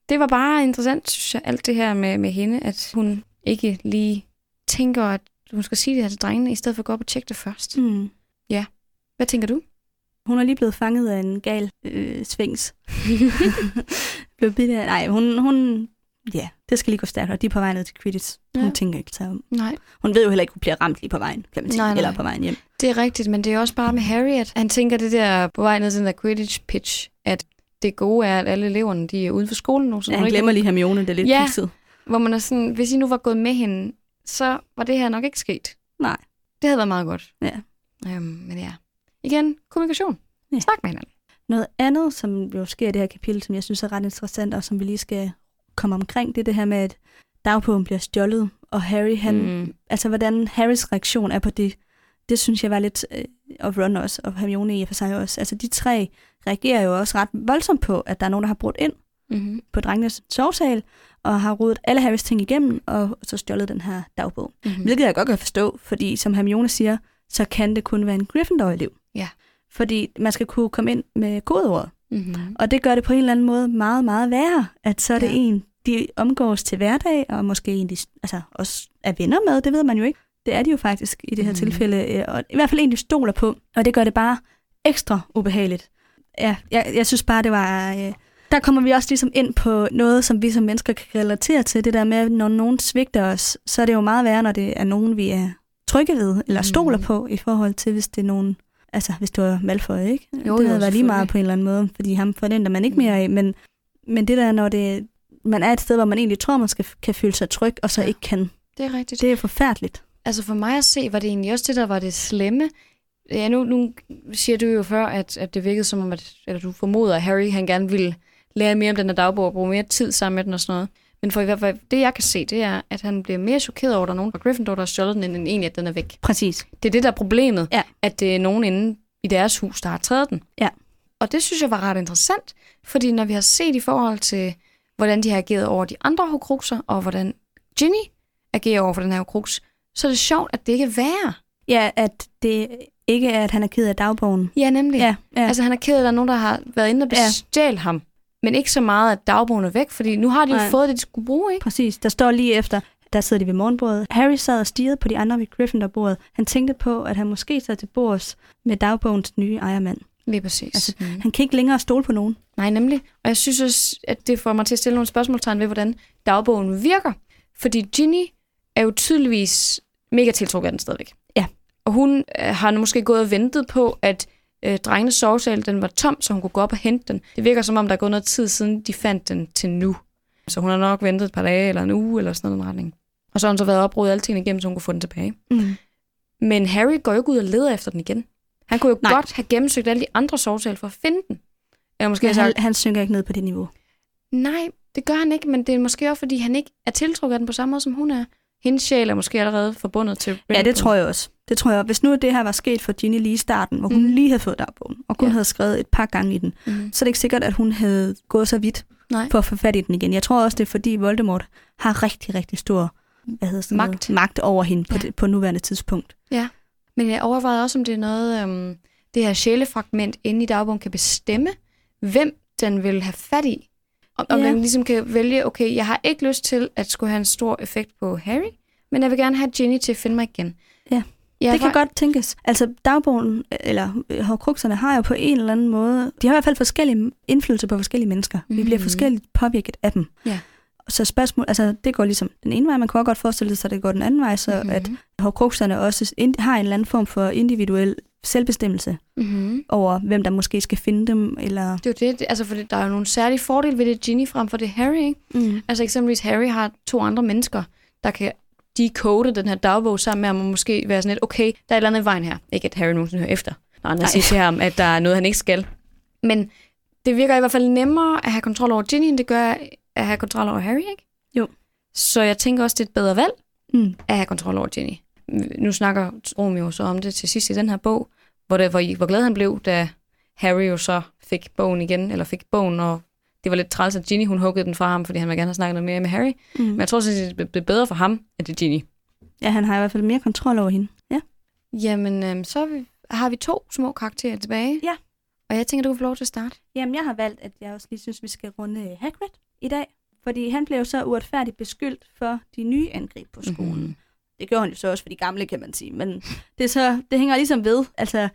S1: det var bare interessant, synes jeg, alt det her med, med hende, at hun ikke lige tænker, at hun skal sige det her til drengene, i stedet for at gå op og tjekke det først.
S2: Mm.
S1: Hvad tænker du?
S2: Hun er lige blevet fanget af en gal øh,
S1: [LAUGHS]
S2: svings. blev bidt af... Nej, hun, hun... Ja, det skal lige gå stærkt, og de er på vej ned til Quidditch. Hun
S1: Ja.
S2: tænker ikke så om.
S1: Nej,
S2: Hun ved jo heller ikke, hun bliver ramt lige på vejen, kan man sige.
S1: Nej, nej.
S2: Eller på vejen hjem.
S1: det er rigtigt, men det er også bare med Harry, at han tænker det der på vej ned til den der Quidditch pitch, at det gode er, at alle eleverne de er uden for skolen nu, så
S2: Ja,
S1: hun
S2: han
S1: ikke
S2: glemmer lige Hermione, det er lidt
S1: Ja.
S2: ja. kikset.
S1: hvor man er sådan, hvis I nu var gået med hende, så var det her nok ikke sket.
S2: Nej.
S1: Det havde været meget godt.
S2: Ja.
S1: Øhm, men ja. Igen, kommunikation. Ja.
S2: Ja.
S1: Snak med hinanden.
S2: Noget andet, som jo sker i det her kapitel, som jeg synes er ret interessant, og som vi lige skal komme omkring, det er det her med, at dagbogen bliver stjålet, og Harry, han, mm.
S1: mm.
S2: altså hvordan Harrys reaktion er på det, det synes jeg var lidt, øh, og Ron også, og Hermione i og for sig også, altså de tre reagerer jo også ret voldsomt på, at der er nogen, der har brudt ind,
S1: Mm-hmm.
S2: på drengenes sovsal, og har rodet alle Harrys ting igennem, og så stjålet den her dagbog.
S1: Mm-hmm.
S2: Hvilket jeg godt kan forstå, fordi som Hermione siger, så kan det kun være en Gryffindor-elev.
S1: Ja.
S2: Fordi man skal kunne komme ind med kodeordet.
S1: Mm-hmm.
S2: Og det gør det på en eller anden måde meget, meget værre, at så er det
S1: Ja.
S2: ja. en, de omgås til hverdag, og måske en, de s- altså, også er venner med, det ved man jo ikke. Det er de jo faktisk i det her
S1: Mhm.
S2: mm. tilfælde, øh, og i hvert fald en, de stoler på, og det gør det bare ekstra ubehageligt. Ja, jeg, jeg synes bare, det var... Øh, der kommer vi også ligesom ind på noget, som vi som mennesker kan relatere til, det der med, at når nogen svigter os, så er det jo meget værre, når det er nogen, vi er trygge ved, eller stoler
S1: Mhm.
S2: på, i forhold til, hvis det er nogen... Altså, hvis du var Malfoy, ikke?
S1: Jo,
S2: det
S1: jo,
S2: havde været lige meget
S1: selvfølgelig.
S2: på en eller anden måde, fordi ham forventer man ikke mere af. Men, men det der, når det, man er et sted, hvor man egentlig tror, man skal, kan føle sig tryg, og så
S1: Ja.
S2: ja. ikke kan.
S1: Det er rigtigt.
S2: Det er forfærdeligt.
S1: Altså for mig at se, var det egentlig også det, der var det slemme. Ja, nu, nu siger du jo før, at, at det virkede som om, at, eller du formoder, at Harry han gerne ville lære mere om den her dagbog og bruge mere tid sammen med den og sådan noget. Men for i hvert fald, det jeg kan se, det er, at han bliver mere chokeret over, at der er nogen fra Gryffindor, der har stjålet den, end end egentlig, at den er væk.
S2: Præcis.
S1: Det er det, der er problemet,
S2: Ja.
S1: at det er nogen inde i deres hus, der har taget den.
S2: Ja.
S1: Og det synes jeg var ret interessant, fordi når vi har set i forhold til, hvordan de har ageret over de andre hukrukser, og hvordan Ginny agerer over for den her hukruks, så er det sjovt, at det ikke er værre.
S2: Ja, at det ikke er, at han er ked af dagbogen.
S1: Ja, nemlig.
S2: Ja, ja. Altså,
S1: Altså, han er ked af, at der er nogen, der har været inde og
S2: Ja.
S1: bestjælt ham. Men ikke så meget, at dagbogen er væk, fordi nu har de jo
S2: Nej.
S1: fået det, de skulle bruge, ikke?
S2: præcis. Der står lige efter, der sidder de ved morgenbordet. Harry sad og stirrede på de andre ved Gryffindor-bordet. Han tænkte på, at han måske sad til bords med dagbogens nye ejermand.
S1: Lige præcis. Altså,
S2: Altså,
S1: mm.
S2: Han kan ikke længere stole på nogen.
S1: Nej, nemlig. Og jeg synes også, at det får mig til at stille nogle spørgsmålstegn ved, hvordan dagbogen virker. Fordi Ginny er jo tydeligvis mega tiltrukket af den stadigvæk.
S2: Ja.
S1: Og hun øh, har nu måske gået og ventet på, at øh, drengenes sovesal den var tom, så hun kunne gå op og hente den. Det virker som om, der er gået noget tid siden, de fandt den til nu. Så hun har nok ventet et par dage eller en uge eller sådan noget i den retning. Og så har hun så været opryddet alle tingene igennem, så hun kunne få den tilbage.
S2: Mm.
S1: Men Harry går jo ikke ud og leder efter den igen. Han kunne jo Nej.
S2: Nej.
S1: godt have gennemsøgt alle de andre sovesal for at finde den. Eller måske
S2: Men
S1: have sagt,
S2: han, han synker ikke ned på det niveau.
S1: Nej, det gør han ikke, men det er måske også, fordi han ikke er tiltrukket af den på samme måde, som hun er. Hendes sjæl er måske allerede forbundet til
S2: Ja, det tror jeg også. Det tror jeg. Hvis nu det her var sket for Ginny lige i starten, hvor hun
S1: Mm.
S2: mm. lige havde fået dagbogen, og kun
S1: Ja.
S2: ja. havde skrevet et par gange i den,
S1: Mm-hmm.
S2: så er det ikke sikkert, at hun havde gået så vidt
S1: Nej.
S2: for at få fat i den igen. Jeg tror også, det er fordi Voldemort har rigtig, rigtig stor hvad hedder sådan
S1: Magt.
S2: Noget, magt over hende på,
S1: Ja.
S2: det, på nuværende tidspunkt.
S1: Men jeg overvejede også, om det er noget, øhm, det her sjælefragment inde i dagbogen kan bestemme, hvem den vil have fat i. Om, om
S2: Ja.
S1: man ligesom kan vælge, okay, jeg har ikke lyst til at skulle have en stor effekt på Harry, men jeg vil gerne have Ginny til at finde mig igen.
S2: Ja.
S1: Jeg
S2: Ja, det kan
S1: var-
S2: godt tænkes. Altså dagbogen, eller øh, hårdkrukserne har jo på en eller anden måde, de har i hvert fald forskellige indflydelse på forskellige mennesker. Mm. Vi bliver
S1: Mhm.
S2: forskelligt påvirket af dem.
S1: Ja.
S2: Så spørgsmål, altså det går ligesom den ene vej, man kan også godt forestille sig, at det går den anden vej, så mm. at
S1: Mhm.
S2: hårdkrukserne også ind- har en eller anden form for individuel selvbestemmelse
S1: Mhm.
S2: over, hvem der måske skal finde dem, eller...
S1: Det er jo det, det- altså for det, der er jo nogle særlige fordele ved det Ginny frem for det Harry, ikke?
S2: Mm.
S1: Altså eksempelvis Harry har to andre mennesker, der kan decode den her dagbog sammen med ham, og måske være sådan lidt, okay, der er et eller andet i vejen her. Ikke at Harry nogensinde hører efter, når andre
S2: Nej.
S1: siger til ham, at der er noget, han ikke skal. Men det virker i hvert fald nemmere at have kontrol over Ginny, end det gør at have kontrol over Harry, ikke?
S2: Jo.
S1: Så jeg tænker også, det er et bedre valg
S2: Mm.
S1: at have kontrol over Ginny. Nu snakker Romeo så om det til sidst i den her bog, hvor, det, hvor, hvor glad han blev, da Harry jo så fik bogen igen, eller fik bogen, og det var lidt træls, at Ginny hun huggede den fra ham, fordi han ville gerne have snakket noget mere med Harry. Men
S2: Mm.
S1: jeg tror sådan set, det blev bedre for ham, at det er Ginny.
S2: Ja, han har i hvert fald mere kontrol over hende. Ja.
S1: Jamen, øhm, så er vi, har vi to små karakterer tilbage.
S2: Ja.
S1: Og jeg tænker, du kan få lov til at starte.
S2: Jamen, jeg har valgt, at jeg også lige synes, vi skal runde øh, Hagrid i dag, fordi han blev jo så uretfærdigt beskyldt for de nye angreb
S1: Mhm.
S2: på skolen. Mm-hmm. Det gjorde han jo så også for de gamle, kan man sige, men det, er så, det hænger ligesom ved. Altså,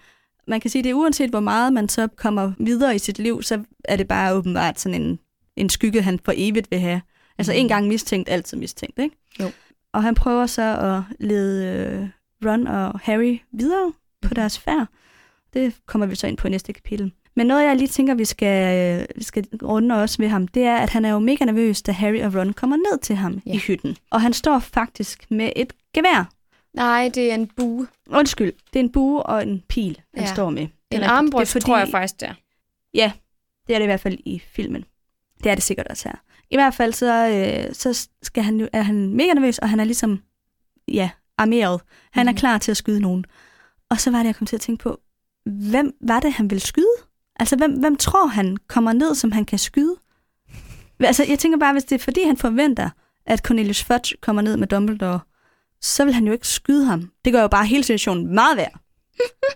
S2: man kan sige, det er uanset hvor meget man så kommer videre i sit liv, så er det bare åbenbart sådan en, en skygge, han for evigt vil have. Altså,
S1: Mhm.
S2: en gang mistænkt, altid mistænkt, ikke?
S1: Jo.
S2: Og han prøver så at lede øh, Ron og Harry videre på deres færd. Det kommer vi så ind på i næste kapitel. Men noget, jeg lige tænker, vi skal, øh, vi skal runde også ved ham, det er, at han er jo mega nervøs, da Harry og Ron kommer ned til ham
S1: Ja.
S2: ja. i hytten. Og han står faktisk med et gevær.
S1: Nej, det er en bue.
S2: Undskyld, det er en bue og en pil, han
S1: Ja.
S2: står med. Det er
S1: En
S2: rigtigt.
S1: armbrøst,
S2: Det er
S1: fordi... tror jeg faktisk, der.
S2: Det er det i hvert fald i filmen. Det er det sikkert også her. I hvert fald så, øh, så skal han, jo- er han mega nervøs, og han er ligesom, ja, armeret. Han
S1: Mhm.
S2: er klar til at skyde nogen. Og så var det, jeg kom til at tænke på, hvem var det, han ville skyde? Altså, hvem, hvem tror han kommer ned, som han kan skyde? Altså, jeg tænker bare, hvis det er fordi, han forventer, at Cornelius Fudge kommer ned med Dumbledore, så vil han jo ikke skyde ham. Det gør jo bare hele situationen meget værd. [LAUGHS]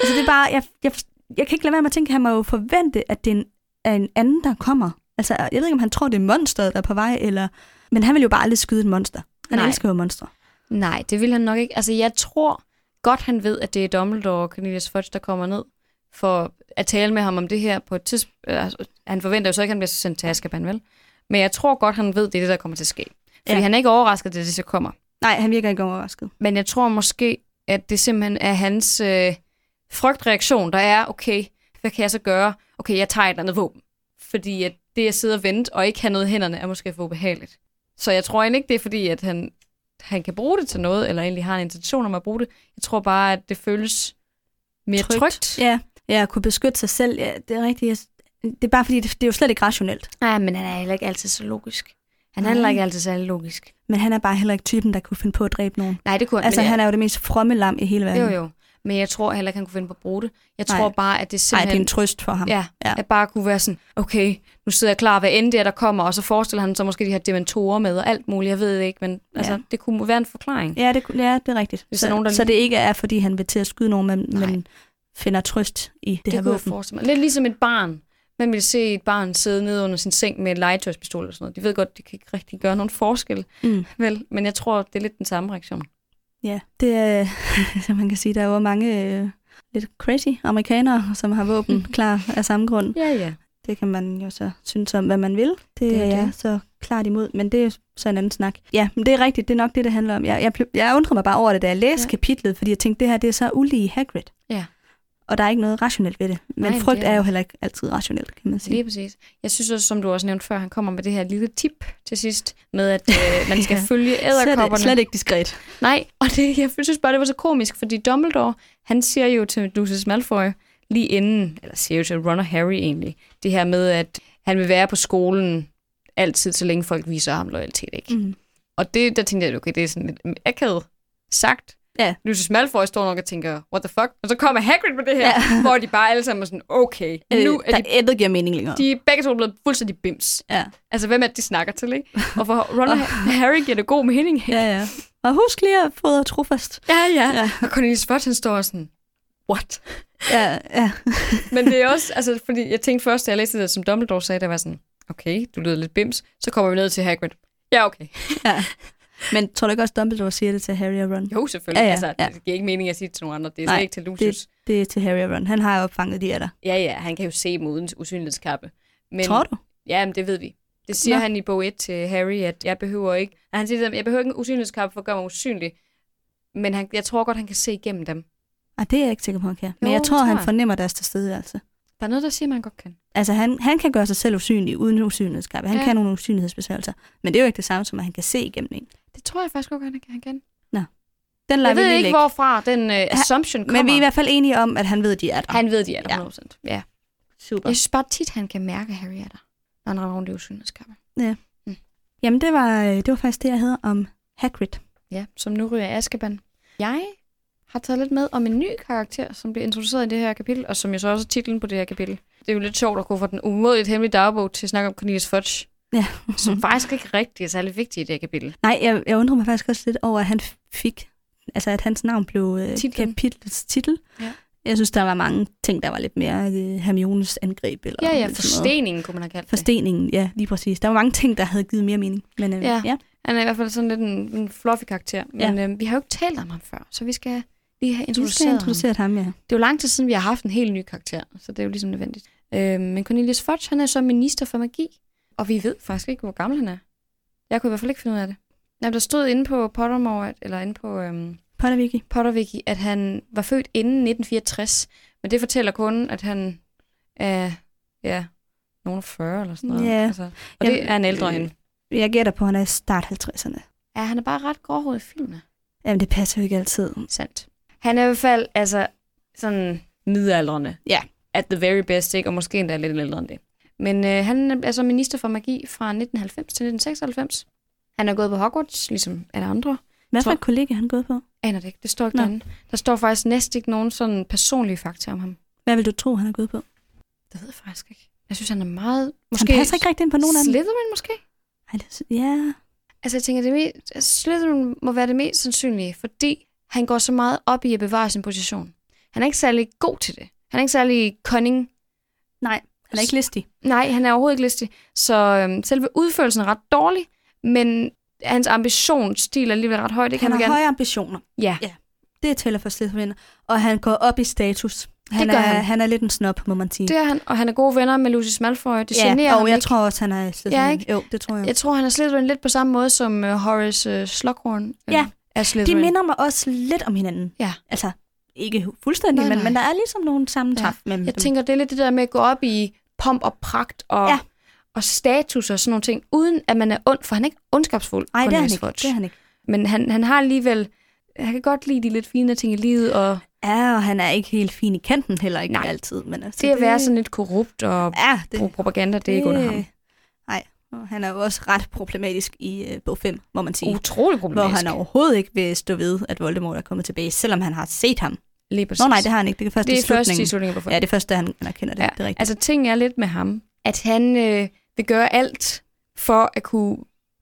S2: altså, det er bare, jeg, jeg, jeg kan ikke lade være med at tænke, at han må jo forvente, at det er en, er en anden, der kommer. Altså, jeg ved ikke, om han tror, det er monsteret, der er på vej, eller... Men han vil jo bare aldrig skyde et monster. Han
S1: Nej.
S2: Nej. elsker jo monstre.
S1: Nej, det vil han nok ikke. Altså, jeg tror godt, han ved, at det er Dumbledore og Cornelius Fudge, der kommer ned for at tale med ham om det her på et tidspunkt. Altså, han forventer jo så ikke, at han bliver sendt til Azkaban, vel? Men jeg tror godt, han ved, det er det, der kommer til at ske. Fordi ja.
S2: Ja.
S1: han er ikke overrasket, det er det, der kommer.
S2: Nej, han virker ikke overrasket.
S1: Men jeg tror måske, at det simpelthen er hans øh, frygtreaktion, der er, okay, hvad kan jeg så gøre? Okay, jeg tager et eller andet våben. Fordi at det at sidde og vente og ikke have noget i hænderne, er måske for ubehageligt. Så jeg tror egentlig ikke, det er fordi, at han, han kan bruge det til noget, eller egentlig har en intention om at bruge det. Jeg tror bare, at det føles mere trygt.
S2: Trygt.
S1: trygt.
S2: Ja, ja at kunne beskytte sig selv, ja, det er rigtigt. Jeg- Det er bare fordi, det, det er jo slet ikke rationelt.
S1: Nej, men han er heller ikke altid så logisk. Han
S2: Nej.
S1: handler ikke altid særlig logisk.
S2: Men han er bare heller ikke typen, der kunne finde på at dræbe nogen.
S1: Nej, det kunne
S2: Altså,
S1: men jeg-
S2: han er jo det mest fromme lam i hele verden.
S1: Jo, jo. Men jeg tror heller ikke, han kunne finde på at bruge det. Jeg
S2: Nej.
S1: tror bare, at det
S2: Nej,
S1: simpelthen...
S2: det er en trøst for ham.
S1: Ja, ja,
S2: Ja.
S1: at bare kunne være sådan, okay, nu sidder jeg klar, hvad end det er, der kommer, og så forestiller han sig måske de her dementorer med og alt muligt, jeg ved det ikke, men altså,
S2: Ja.
S1: det kunne være en forklaring.
S2: ja, det, kunne- ja det er rigtigt.
S1: Hvis
S2: så,
S1: der er nogen, der-
S2: så det ikke er, fordi han vil til at skyde nogen, men,
S1: Nej.
S2: men finder trøst i det, det
S1: det
S2: her
S1: kunne jeg
S2: våben.
S1: forestille mig. Lidt ligesom et barn. Man ville se et barn sidde nede under sin seng med et legetøjspistol eller sådan noget. De ved godt, det kan ikke rigtig gøre nogen forskel,
S2: Mm.
S1: vel? Men jeg tror, det er lidt den samme reaktion.
S2: Ja, det er, [LAUGHS] som man kan sige, der er jo mange øh, lidt crazy amerikanere, som har
S1: [LAUGHS]
S2: våben klar af samme grund.
S1: Ja, ja.
S2: Det kan man jo så synes om, hvad man vil. Det,
S1: Det
S2: det
S1: er
S2: er jeg
S1: det.
S2: så klart imod, men det er så en anden snak. Ja, men det er rigtigt, det er nok det, det handler om. Jeg, jeg, blev- jeg undrede mig bare over det, da jeg læste
S1: Ja.
S2: ja. kapitlet, fordi jeg tænkte, det her det er så ulige Hagrid.
S1: Ja.
S2: Og der er ikke noget rationelt ved det. Men
S1: Nej, men
S2: Nej, frygt
S1: det er
S2: er jo heller ikke altid rationelt, kan man sige.
S1: Lige præcis. Jeg synes også, som du også nævnte før, han kommer med det her lille tip til sidst, med at øh, man skal
S2: [LAUGHS] Ja.
S1: følge
S2: Slet,
S1: æderkopperne.
S2: slet ikke diskret.
S1: Nej, [LAUGHS] og det, jeg synes bare, det var så komisk, fordi Dumbledore, han siger jo til Lucius Malfoy lige inden, eller siger jo til Ron og Harry egentlig, det her med, at han vil være på skolen altid, så længe folk viser ham loyalitet, ikke? Mm.
S2: Mm.
S1: Og det, der tænkte jeg, okay, det er sådan lidt akavet sagt.
S2: Ja.
S1: Lucius Malfoy står nok og tænker, what the fuck? Og så kommer Hagrid med det her, ja.
S2: Ja.
S1: [LAUGHS] hvor de bare alle sammen er sådan, okay, nu er
S2: Øh, der
S1: de,
S2: intet giver mening længere.
S1: de er begge to blevet fuldstændig bims.
S2: Ja.
S1: Altså, hvem er det, de snakker til,
S2: [LAUGHS]
S1: ikke? Og for Ron og Harry giver det god mening, ikke?
S2: ja, ja. Og husk lige at fodre trofast.
S1: Ja, ja. ja.
S2: Ja.
S1: Og Cornelius Fudge, han står sådan, what?
S2: Ja, ja.
S1: [LAUGHS] Men det er også, altså, fordi jeg tænkte først, da jeg læste det, som Dumbledore sagde, der var sådan, okay, du lyder lidt bims, så kommer vi ned til Hagrid. Ja, okay.
S2: ja. Men tror du ikke også, Dumbledore siger det til Harry og Ron?
S1: Jo, selvfølgelig. Ja,
S2: Ja,
S1: ja,
S2: ja,
S1: altså,
S2: ja.
S1: det giver ikke mening at sige det til nogen andre. Det er
S2: Nej,
S1: slet ikke til Lucius. Det...
S2: Det er til Harry og Ron. Han har opfanget de er der.
S1: Ja, ja, han kan jo se dem uden usynlighedskappe. Men,
S2: Men... Tror du?
S1: Ja, men det ved vi. Det siger Nå.
S2: Nå.
S1: han i bog 1 til Harry, at jeg behøver ikke... Nej, Han siger til dem, jeg behøver ikke en usynlighedskappe for at gøre mig usynlig. Men han, jeg tror godt, han kan se igennem dem.
S2: Ah, det er jeg ikke sikker på, han kan. Men
S1: Jo,
S2: jeg
S1: det
S2: tror,
S1: tror
S2: han
S1: jeg.
S2: fornemmer deres tilstedeværelse.
S1: Der er noget, der siger, man godt kan.
S2: Altså, han, han kan gøre sig selv usynlig uden usynlighedsskabe. Han
S1: Ja.
S2: ja. kan nogle usynlighedsbesværgelser. Men det er jo ikke det samme som, at han kan se igennem en.
S1: Det tror jeg faktisk godt, han kan. Han kan.
S2: Den lader
S1: Jeg
S2: vi
S1: ved
S2: lige
S1: ikke,
S2: ligge.
S1: hvorfra den øh, assumption kommer.
S2: Men vi er i hvert fald enige om, at han ved, de er der.
S1: Han ved, de er der
S2: Ja.
S1: 100%. Ja. ja.
S2: Super.
S1: Jeg synes bare tit, han kan mærke, at Harry er der, når han rammer rundt i usynlighedskappen.
S2: Jamen, det var, øh, det var faktisk det, jeg havde om Hagrid.
S1: Ja, som nu ryger i Azkaban. Jeg har taget lidt med om en ny karakter, som bliver introduceret i det her kapitel, og som jo så også er titlen på det her kapitel. Det er jo lidt sjovt at gå fra den umådeligt hemmelige dagbog til at snakke om Cornelius Fudge,
S2: Ja.
S1: som faktisk ikke rigtig er særlig vigtig i det her kapitel.
S2: Nej, jeg, jeg undrer mig faktisk også lidt over, at han fik... Altså, at hans navn blev øh,
S1: Titlen.
S2: kapitlets titel.
S1: Ja.
S2: Jeg synes, der var mange ting, der var lidt mere øh, Hermiones angreb. Eller
S1: Ja, ja,
S2: sådan noget.
S1: forsteningen kunne man have kaldt det.
S2: Forsteningen, ja, lige præcis. Der var mange ting, der havde givet mere mening. Men øh,
S1: Ja.
S2: ja. ja.
S1: Han er i hvert fald sådan lidt en, en fluffy karakter, men ja. øh, vi har jo ikke talt om ham før, så vi skal lige have
S2: Du skal
S1: introduceret, ham.
S2: introducere ham, ja.
S1: Det er jo lang tid siden, vi har haft en helt ny karakter, så det er jo ligesom nødvendigt. Øh, men Cornelius Fudge, han er så minister for magi, og vi ved faktisk ikke, hvor gammel han er. Jeg kunne i hvert fald ikke finde ud af det. Jamen, der stod inde på Pottermore, at- eller inde på øhm,
S2: Potterviki.
S1: Potterviki, at han var født inden 1964, men det fortæller kun, at han er, ja, nogen 40 eller sådan noget.
S2: Ja.
S1: Altså, og det
S2: Jamen,
S1: er en ældre
S2: øh,
S1: end.
S2: Jeg gætter på, at han er i start 50'erne.
S1: Ja, han er bare ret gråhåret i filmene.
S2: Jamen, det passer jo ikke altid.
S1: Sandt. Han er i hvert fald, altså, sådan midaldrende.
S2: Ja.
S1: At the very best, ikke? Og måske endda lidt ældre end det. Men øh, han er så minister for magi fra 1990 til 1996. Han er gået på Hogwarts, ligesom alle andre.
S2: Hvad for
S1: Tror-
S2: et kollega er han gået på?
S1: Aner det ikke. Det står ikke
S2: Nå.
S1: derinde. Der står faktisk næsten ikke nogen sådan personlige fakta om ham.
S2: Hvad vil du tro, han er gået på?
S1: Det ved jeg faktisk ikke. Jeg synes, han er meget...
S2: Måske... Han passer ikke rigtig ind på nogen af dem.
S1: Slytherin måske?
S2: Ej, det, sy- ja,
S1: Altså, jeg tænker, det me- Slytherin må være det mest sandsynlige, fordi han går så meget op i at bevare sin position. Han er ikke særlig god til det. Han er ikke særlig cunning.
S2: han er ikke listig.
S1: Nej, han er overhovedet ikke listig. Så øhm, selve udførelsen er ret dårlig, men hans ambitionsstil er alligevel ret højt. Det
S2: Han
S1: kan
S2: har
S1: man gerne.
S2: høje ambitioner.
S1: Ja.
S2: ja. Det tæller for Slytherin. Og han går op i status. Han
S1: gør
S2: er,
S1: han.
S2: han er lidt en snob, må man sige.
S1: Det er han, og han er gode venner med Lucius Malfoy. Det
S2: ja,
S1: generer ham
S2: og jeg
S1: ikke.
S2: tror øh, også, han er Slytherin.
S1: Ja, ikke?
S2: Jo, det tror jeg.
S1: Jeg tror, han er Slytherin lidt på samme måde som øh, Horace øh, Slughorn øh,
S2: Ja,
S1: er
S2: De
S1: Slytherin.
S2: minder mig også lidt om hinanden.
S1: Ja.
S2: Altså, ikke hu- fuldstændig,
S1: Nej,
S2: nej, men,
S1: nej.
S2: nej. men der er ligesom nogle sammentræf ja. mellem
S1: Jeg
S2: dem.
S1: tænker, det er lidt det der med at gå op i pomp og pragt og, ja.
S2: Ja.
S1: og status og sådan nogle ting, uden at man er ond, for han er ikke ondskabsfuld.
S2: Nej, det er, han
S1: Cornelius
S2: ikke.
S1: Fudge.
S2: det er han ikke.
S1: Men han, han har alligevel... Han kan godt lide de lidt fine ting i livet, og
S2: Ja, og han er ikke helt fin i kanten heller, ikke
S1: Nej.
S2: nej. altid. Men altså,
S1: det at være sådan lidt korrupt og
S2: Ja, det,
S1: bruge propaganda, det Øh, er ikke under ham.
S2: Nej, og han er jo også ret problematisk i øh, bog 5, må man sige.
S1: Utrolig
S2: hvor
S1: problematisk.
S2: han overhovedet ikke vil stå ved, at Voldemort er kommet tilbage, selvom han har set ham.
S1: Lige præcis.
S2: Nå nej, det har han ikke. Det er først
S1: det
S2: i
S1: er først
S2: slutningen.
S1: i slutningen på
S2: ja, det er først, da han anerkender det. Ja. Det er rigtigt.
S1: Altså, ting er lidt med ham, at han øh, vil gøre alt for at kunne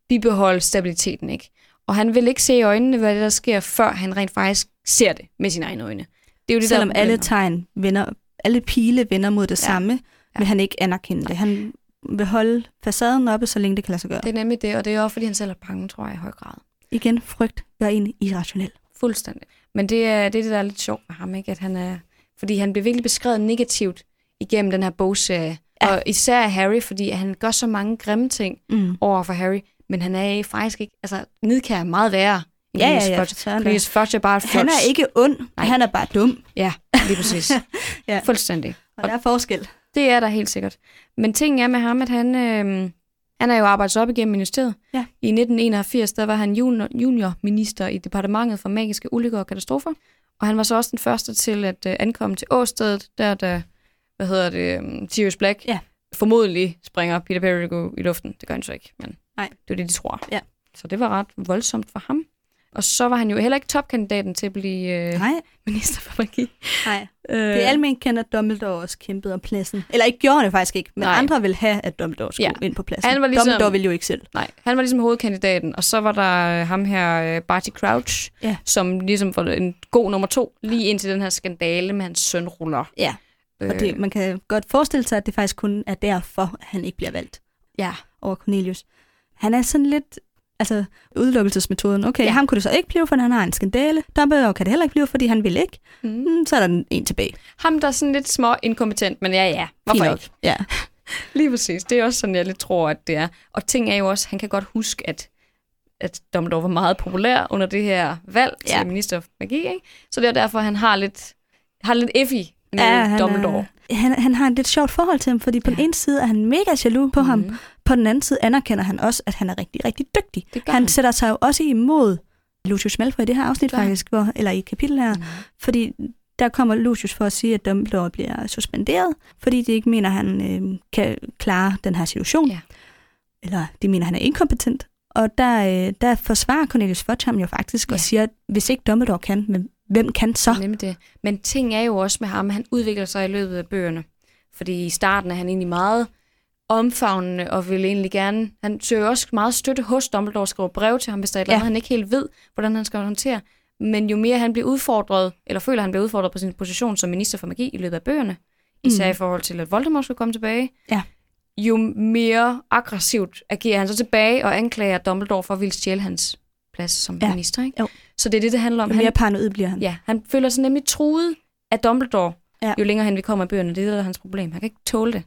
S1: bibeholde stabiliteten, ikke? Og han vil ikke se i øjnene, hvad det der sker, før han rent faktisk ser det med sine egne øjne. Det er jo det,
S2: selvom
S1: der er
S2: alle
S1: problemet.
S2: tegn vender, alle pile vender mod det
S1: Ja.
S2: ja. samme, vil han ikke anerkende det. Han vil holde facaden oppe, så længe det kan lade sig gøre.
S1: Det er nemlig det, og det er også, fordi han selv er bange, tror jeg, i høj grad.
S2: Igen, frygt gør en irrationel.
S1: Fuldstændig. Men det er det, er det, der er lidt sjovt med ham, ikke? At han er, fordi han bliver virkelig beskrevet negativt igennem den her bogserie. Ja.
S2: Ja.
S1: Og især af Harry, fordi han gør så mange grimme ting
S2: Mm.
S1: over for Harry, men han er faktisk ikke... Altså, nidkær er meget værre end
S2: Ja, ja,
S1: Cornelius
S2: ja.
S1: Fudge.
S2: Sådan der.
S1: Cornelius Fudge er bare
S2: Han er ikke ond,
S1: Nej.
S2: Nej. han er bare dum.
S1: Ja, lige præcis. ja.
S2: [LAUGHS] Ja.
S1: Fuldstændig.
S2: Og der er forskel.
S1: Det er der helt sikkert. Men ting er med ham, at han, øh, han er jo arbejdet sig op igennem ministeriet.
S2: Ja.
S1: I 1981, der var han junior, juniorminister i Departementet for Magiske Ulykker og Katastrofer. Og han var så også den første til at øh, ankomme til Åstedet, der da, hvad hedder det, øh, Sirius Black
S2: Ja.
S1: formodentlig springer Peter Perigo i luften. Det gør han så ikke, men
S2: Nej.
S1: det er det, de tror.
S2: Ja.
S1: Så det var ret voldsomt for ham. Og så var han jo heller ikke topkandidaten til at blive øh,
S2: Nej,
S1: minister for magi.
S2: nej.
S1: Øh,
S2: Det er almindeligt kendt, at Dumbledore også kæmpede om pladsen. Eller ikke gjorde det faktisk ikke, men
S1: Nej.
S2: Nej. andre ville have, at Dumbledore skulle ja. ind på pladsen.
S1: Han var ligesom-
S2: Dumbledore ville jo ikke selv.
S1: Nej, han var ligesom hovedkandidaten, og så var der øh, ham her, øh, Barty Crouch,
S2: Ja.
S1: som ligesom var en god nummer to, lige indtil den her skandale med hans sønruller.
S2: Ja, og
S1: Øh,
S2: det, man kan godt forestille sig, at det faktisk kun er derfor, at han ikke bliver valgt
S1: Ja.
S2: over Cornelius. Han er sådan lidt, altså udelukkelsesmetoden. Okay,
S1: Ja.
S2: ja. ham kunne det så ikke blive, for han har en skandale. Dumbledore kan det heller ikke blive, fordi han vil ikke.
S1: Mm.
S2: Mm, så er der den- en tilbage.
S1: Ham, der er sådan lidt små inkompetent, men ja, ja, hvorfor
S2: Fint
S1: ikke?
S2: nok. Ja.
S1: Lige præcis. Det er også sådan, jeg lidt tror, at det er. Og ting er jo også, han kan godt huske, at, at Dumbledore var meget populær under det her valg til
S2: Ja.
S1: minister for magi, ikke? Så det er derfor, han har lidt, har lidt effi med
S2: Ja, han
S1: ja,
S2: er-
S1: Dumbledore.
S2: Han, han har et lidt sjovt forhold til ham, fordi på ja.
S1: Ja.
S2: den ene side er han mega jaloux på mm. ham.
S1: Mhm.
S2: På den anden side anerkender han også, at han er rigtig, rigtig dygtig.
S1: Det gør
S2: Han, han sætter sig jo også imod Lucius Malfoy i det her afsnit
S1: Gør han?
S2: faktisk, hvor, eller i kapitel her,
S1: Mhm.
S2: mm. fordi der kommer Lucius for at sige, at Dumbledore bliver suspenderet, fordi de ikke mener, at han øh, kan klare den her situation.
S1: Ja.
S2: Eller de mener, at han er inkompetent. Og der, øh, der forsvarer Cornelius Fudge ham jo faktisk
S1: Ja.
S2: og siger, at hvis ikke Dumbledore kan, men hvem kan så?
S1: Nemlig det. Men ting er jo også med ham, han udvikler sig i løbet af bøgerne. Fordi i starten er han egentlig meget omfavnende og vil egentlig gerne... Han søger jo også meget støtte hos Dumbledore, skriver brev til ham, hvis der er et eller
S2: Ja.
S1: andet, han ikke helt ved, hvordan han skal håndtere. Men jo mere han bliver udfordret, eller føler, han bliver udfordret på sin position som minister for magi i løbet af bøgerne, især
S2: Mm.
S1: i forhold til, at Voldemort skulle komme tilbage,
S2: Ja.
S1: jo mere aggressivt agerer han så tilbage og anklager Dumbledore for at ville stjæle hans plads som
S2: Ja.
S1: minister. Ikke?
S2: Jo.
S1: Så det er det, det handler om.
S2: Jo mere paranoid bliver han.
S1: Ja, han føler sig nemlig truet af Dumbledore, ja.
S2: Ja.
S1: jo længere han vi kommer i bøgerne. Det er det, der er hans problem. Han kan ikke tåle det.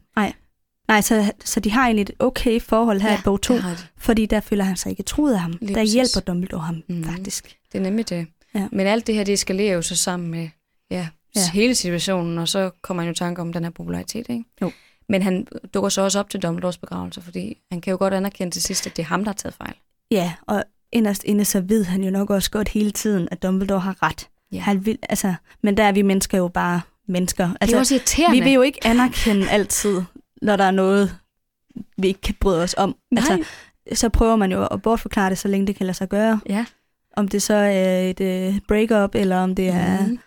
S2: Nej, så, så de har egentlig et okay forhold her
S1: Ja,
S2: ja, i bog 2,
S1: Det, har de.
S2: fordi der føler han sig ikke truet af ham.
S1: Lige
S2: der
S1: præcis.
S2: hjælper Dumbledore ham
S1: Mhm.
S2: mm. faktisk.
S1: det er nemlig det.
S2: Ja.
S1: Men alt det her, det eskalerer jo så sammen med ja, ja.
S2: Ja.
S1: hele situationen, og så kommer han jo i tanke om den her popularitet, ikke?
S2: Jo.
S1: Men han dukker så også op til Dumbledores begravelse, fordi han kan jo godt anerkende til sidst, at det er ham, der har taget fejl.
S2: Ja, og inderst inde så ved han jo nok også godt hele tiden, at Dumbledore har ret.
S1: Ja.
S2: Ja. Han vil, altså, men der er vi mennesker jo bare mennesker.
S1: det er
S2: Altså,
S1: også irriterende.
S2: vi vil jo ikke anerkende altid, når der er noget, vi ikke kan bryde os om.
S1: Nej.
S2: Altså, så prøver man jo at bortforklare det, så længe det kan lade sig gøre.
S1: ja.
S2: Om det så er et øh, breakup, eller om det er
S1: Mhm.